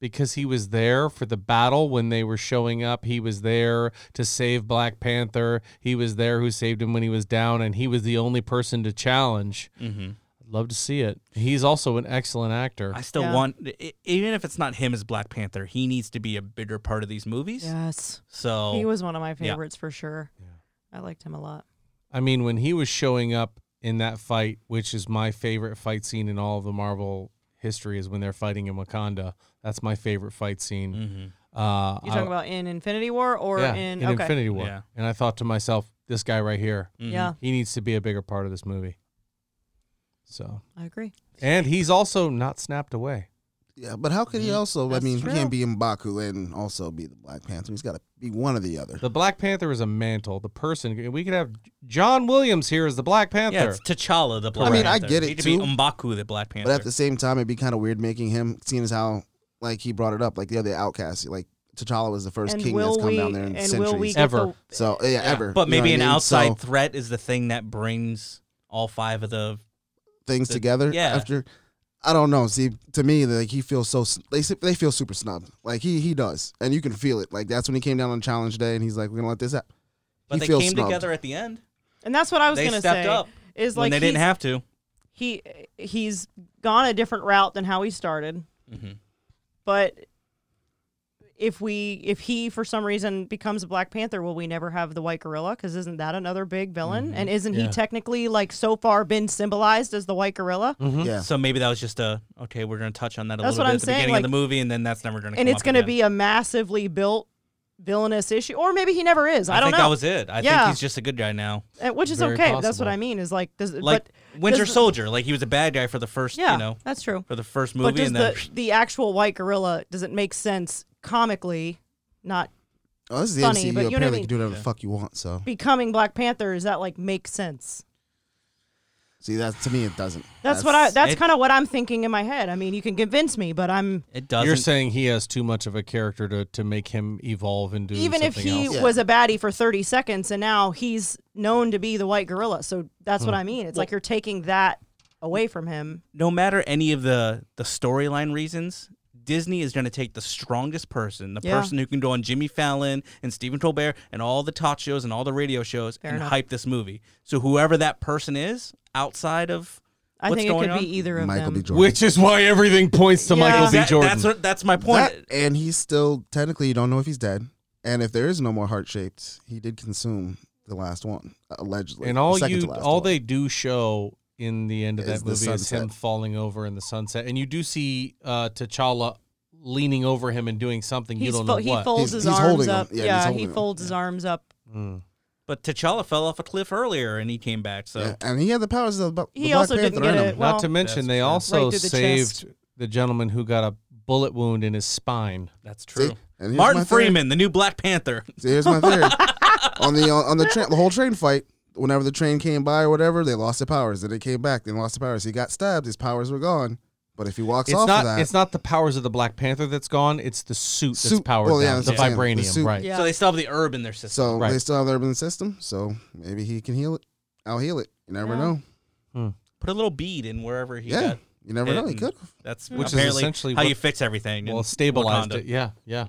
because he was there for the battle when they were showing up. He was there to save Black Panther. He was there who saved him when he was down and he was the only person to challenge.
Mm-hmm.
I'd love to see it. He's also an excellent actor.
I still
Yeah.
want, e- even if it's not him as Black Panther, he needs to be a bigger part of these movies.
Yes,
Oh.
So
he was one of my
Yeah.
favorites for sure. I liked him a lot.
I mean, when he was showing up in that fight, which is my favorite fight scene in all of the Marvel history, is when they're fighting in Wakanda. That's my favorite fight scene.
Mhm.
Uh,
You
I-
talking about in Infinity War or
yeah,
in, okay?
Infinity War?
Yeah.
And I thought to myself, this guy right here,
Mhm.
Yeah,
he needs to be a bigger part of this movie. So,
I agree.
and he's also not snapped away.
Yeah, but how could he also?
That's
I mean,
true.
he can't be Mbaku and also be the Black Panther. He's got to be one or the other.
The Black Panther is a mantle. The person we could have John Williams here as the Black Panther.
Yeah, it's T'Challa the Black
I mean, I
Panther.
get
He
it,
could be
too.
M'Baku the Black Panther.
But at the same time, it'd be kind of weird making him, seeing as how like he brought it up, like the other outcast, like T'Challa was the first
and
king
will
that's come
we?
down there in
and
centuries.
will we get
Ever.
the-
so yeah, ever.
But
You know
maybe
what
an
I mean? So
outside threat is the thing that brings all five of the.
things
the-
together.
yeah.
After, I don't know. See, to me, like he feels so s- they s- they feel super snubbed. Like he he does, and you can feel it. Like that's when he came down on challenge day, and he's like, "We're gonna let this happen."
But
He
they
feels
came
snubbed.
together at the end.
And that's what I was
they
gonna
stepped
say.
up
Is
when
like
they didn't
he's-
have to.
he he's gone a different route than how he started.
Mhm.
But if we if he for some reason becomes a Black Panther, will we never have the White Gorilla? Because isn't that another big villain?
Mm-hmm.
And isn't
Yeah.
he technically like so far been symbolized as the White Gorilla?
Mm-hmm.
Mhm.
Yeah.
So maybe that was just a okay. We're gonna touch on that a
That's what
little bit
I'm
at the
saying,
beginning
like-
of the movie, and then that's never gonna.
And
come
it's
up
going to
again.
be a massively built villainous issue, or maybe he never is. I, don't
think
know,
that was it. I
Yeah.
think he's just a good guy now.
Uh, which is
very
okay. That's what
possible.
I mean. Is like does
Like Winter
does the-
Soldier, like he was a bad guy for the
but
first,
yeah,
you know,
that's true.
for the first
But
movie,
does
and then
the the actual White Gorilla does it make sense comically? Not
Oh, this is the
Funny, but you know
MCU.
what I
Apparently,
mean.
you can do whatever the fuck you want. So,
becoming Black Panther does that like make sense?
see, that's to me, it doesn't.
That's, what I. That's
it-
kind of what I'm thinking in my head. I mean, you can convince me, but I'm
it doesn't.
You're saying he has too much of a character to, to make him evolve into
even if
something
he
else.
Yeah.
was a baddie for 30 seconds and now he's known to be the white gorilla. So that's what I mean. It's like you're taking that away from him.
no matter any of the the storyline reasons, Disney is going to take the strongest person, the
Yeah.
person who can go on Jimmy Fallon and Stephen Colbert and all the talk shows and all the radio shows and
enough.
hype this movie. So whoever that person is outside of
I
What's
think it
going
could
on?
be either of
Michael
them.
B. Jordan.
Which is why everything points to
Yeah.
Michael B.
That-
Jordan.
that's what, that's my point.
That- and he's still technically you don't know if he's dead. And if there is no more heart shaped, he did consume the last one allegedly.
and
the
all
second
you
to last
all
one.
they do show in the end of
Is
that
the
movie is him
sunset.
falling over in the sunset, and you do see uh, T'Challa leaning over him and doing something you
He's
don't
fo-
know
he
what.
folds his
He's- he's
arms
holding him.
up.
Yeah,
Yeah,
he's
he
holding him.
folds his arms up.
Hmm.
Mm.
But T'Challa fell off a cliff earlier and he came back. So
Yeah, and he had the powers of the, the
He
Black
also didn't
Panther
get
in
a-
him.
Well,
Not to mention
that's
they
true.
also
Right through the
saved
chest.
the gentleman who got a bullet wound in his spine.
that's true.
See? And here's
Martin
my theory.
Freeman, the new Black Panther.
See, here's my theory. on the uh, on the train, the whole train fight. Whenever the train came by or whatever, they lost their powers. Then they came back, they lost their powers. He got stabbed, his powers were gone. But if he walks
It's
off
not
of that,
it's not the powers of the Black Panther that's gone. It's the suit that's
Suit.
powered
Well, yeah,
down.
that's
The
what I'm saying. The
vibranium,
suit.
right?
Yeah.
So they still have the herb in their system.
so
Right.
they still have the urban system. So maybe he can heal it. I'll heal it. You never
Yeah.
know.
Put a little bead in wherever he
Yeah,
got.
you never know. He
it.
could.
That's
Hmm. Which is
apparently
essentially
how
what-
you fix everything.
Well,
in
stabilized
Wakanda.
it. Yeah, yeah.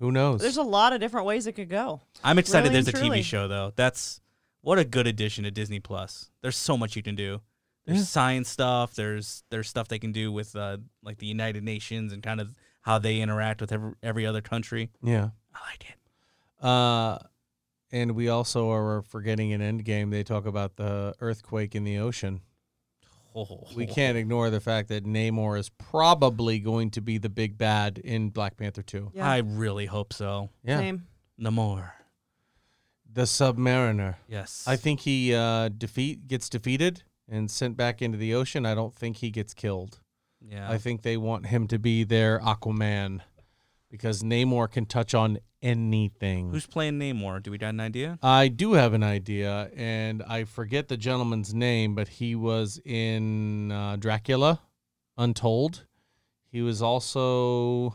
Who knows?
There's a lot of different ways it could go.
I'm excited
Really and
there's a
truly.
TV show though. That's what a good addition to Disney Plus. There's so much you can do. There's
Yeah.
science stuff. There's there's stuff they can do with uh, like the United Nations and kind of how they interact with every, every other country.
yeah.
I like it.
Uh, and we also are forgetting in Endgame. They talk about the earthquake in the ocean.
Oh,
We can't ignore the fact that Namor is probably going to be the big bad in Black Panther 2.
Yeah.
I really hope so.
Yeah.
Same.
No more.
The Submariner.
Yes.
I think he uh, defeat gets defeated and sent back into the ocean. I don't think he gets killed.
Yeah.
I think they want him to be their Aquaman because Namor can touch on anything.
Who's playing Namor? Do we got an idea?
I do have an idea, and I forget the gentleman's name, but he was in uh, Dracula Untold. He was also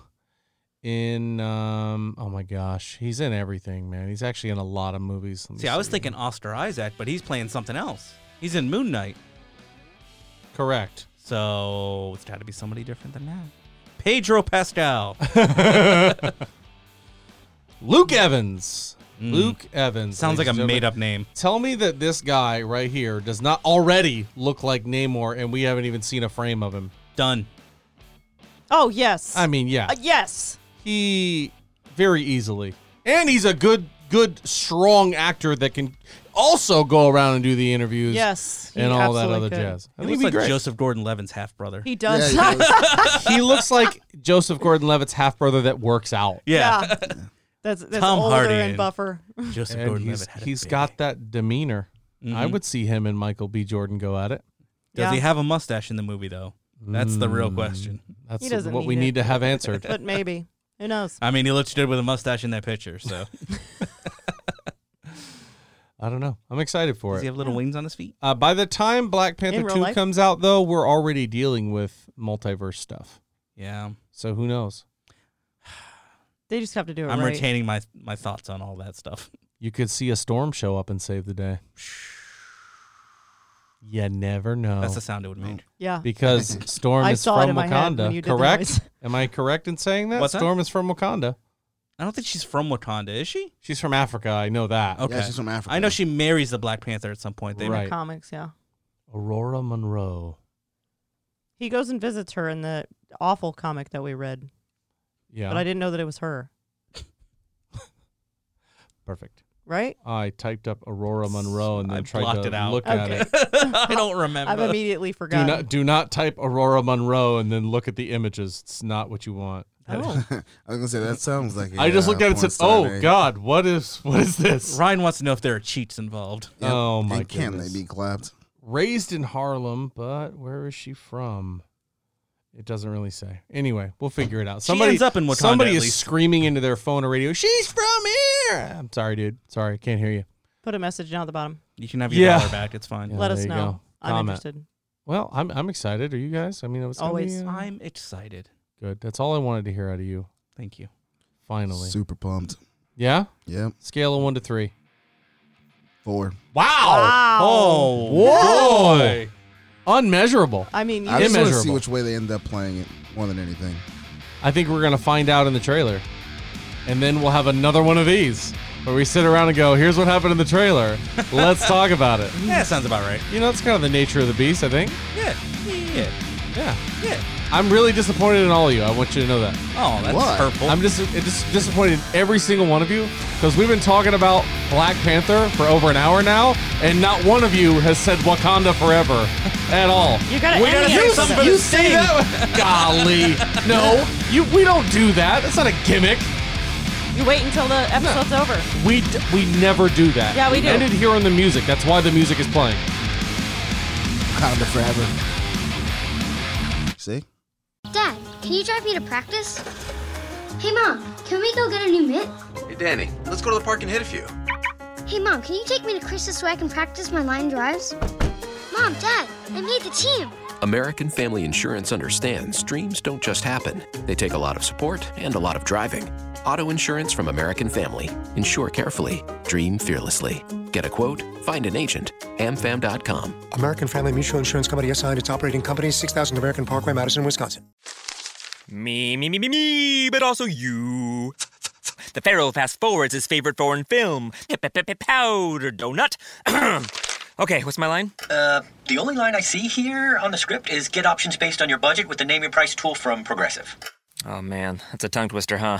in, um, oh my gosh, he's in everything, man. He's actually in a lot of movies. Let me
See, I was thinking Oscar Isaac, but he's playing something else. He's in Moon Knight,
Correct.
so it's got to be somebody different than that. Pedro Pascal.
Luke Evans.
Mm.
Luke Evans.
Sounds like
ladies
a
and gentlemen.
made up name.
Tell me that this guy right here does not already look like Namor, and we haven't even seen a frame of him.
Done.
Oh yes.
I mean, yeah,
Uh, yes.
he very easily, and he's a good, good, strong actor that can also go around and do the interviews,
Yes. he
and all that
absolutely
other
could.
jazz. I
He
think he'd
looks
be
like
great.
Joseph Gordon Levitt's half brother.
He
Yeah,
does.
he does.
he looks like Joseph Gordon-Levitt's half brother that works out.
yeah.
Yeah. That's that's
Tom
older
Hardy
and
and-
buffer.
Joseph
and
Gordon
he's,
Levitt.
he's got that demeanor.
Mm-hmm.
I would see him and Michael B. Jordan go at it.
Does
Yeah.
he have a mustache in the movie, though? That's the real
Mm.
question.
That's
He doesn't
what we
need it.
need to have answered.
but maybe. Who knows?
I mean, he looks good with a mustache in that picture, so.
I don't know. I'm excited for
Does
it.
he have little wings on his feet?
Uh, by the time Black Panther
real
2
life?
comes out, though, we're already dealing with multiverse stuff.
Yeah.
So who knows?
They just have to do it
I'm
right.
retaining my, my thoughts on all that stuff.
You could see a storm show up and save the day. You never know.
That's the sound it would
Oh.
make.
yeah.
because Storm
I
is
saw it
from
in my head when you
Wakanda,
did the
correct?
noise.
Am I correct in saying that?
What's that?
Storm is from Wakanda.
I don't think she's from Wakanda, is she?
She's from Africa. I know that.
Okay.
Yeah, she's from Africa.
I know she marries the Black Panther at some point. They
In the
Right.
comics, yeah.
Aurora Monroe.
He goes and visits her in the awful comic that we read,
Yeah.
but I didn't know that it was her.
Perfect.
Right?
I typed up Aurora Monroe and then
I
tried
blocked
to
it out.
look at
Okay.
it.
I don't remember.
I've immediately
Do
forgotten.
not do not type Aurora Monroe and then look at the images. It's not what you want.
Oh.
I was gonna say that sounds like. uh, I
I just looked at it and said, "Oh
eh?"
God, what is what is this?"
Ryan wants to know if there are cheats involved.
Oh my
and can
goodness.
they be clapped?
Raised in Harlem, but where is she from? It doesn't really say. Anyway, we'll figure it out. Somebody
ends up in Wakanda,
Somebody
at
is
least.
screaming into their phone or radio. She's from here. I'm sorry, dude. Sorry, can't hear you.
Put a message down at the bottom.
You can have your
Yeah.
dollar back. It's fine.
Yeah,
Let us
there you
know.
go.
I'm
Comment.
interested.
Well, I'm I'm excited. Are you guys? I mean, it was gonna be,
Always.
uh,
I'm excited.
good. That's all I wanted to hear out of you.
Thank you.
Finally,
Super pumped.
yeah.
Yep.
Scale of one to three.
Four.
Wow.
Oh,
Whoa. Unmeasurable.
I mean, you
I just want to see
Immeasurable.
which way they end up playing it more than anything.
I think we're gonna find out in the trailer, and then we'll have another one of these where we sit around and go, "Here's what happened in the trailer. Let's talk about it."
Yeah, sounds about right.
You know, that's kind of the nature of the beast. I think.
Yeah. Yeah.
Yeah.
Yeah.
I'm really disappointed in all of you. I want you to know that.
Oh, that's
Why?
hurtful.
I'm just, just disappointed in every single one of you because we've been talking about Black Panther for over an hour now, and not one of you has said Wakanda forever at all.
You gotta end it.
you,
You something for
you
the
say that? Golly, no, you. We don't do that. That's not a gimmick.
You wait until the episode's over.
We d- we never do that.
Yeah, we do.
Ended here on the music. That's why the music is playing.
Kind of forever. See?
Dad, can you drive me to practice? Hey, Mom, can we go get a new mitt?
Hey, Danny, let's go to the park and hit a few.
Hey, Mom, can you take me to Chris's so I can practice my line drives? Mom, Dad, I made the team.
American Family Insurance understands dreams don't just happen, they take a lot of support and a lot of driving. Auto insurance from American Family. Insure carefully, dream fearlessly. Get a quote, find an agent, amfam.com.
American Family Mutual Insurance Company assigned its operating company 6000 American Parkway, Madison, Wisconsin.
Me, me, me, me, me, but also you. The Pharaoh fast forwards his favorite foreign film, Powder Donut. okay, what's my line?
Uh, the only line I see here on the script is get options based on your budget with the name your price tool from Progressive.
Oh man, that's a tongue twister, huh?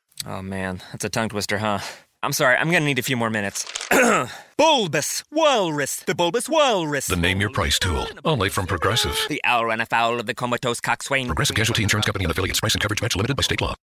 Oh man, that's a tongue twister, huh? I'm sorry, I'm gonna need a few more minutes. bulbous Walrus, the Bulbous Walrus.
The Name Your Price tool, only from Progressive.
The owl ran afoul of the comatose coxswain.
Progressive Casualty Insurance Company and affiliates. Price and coverage match limited by state law.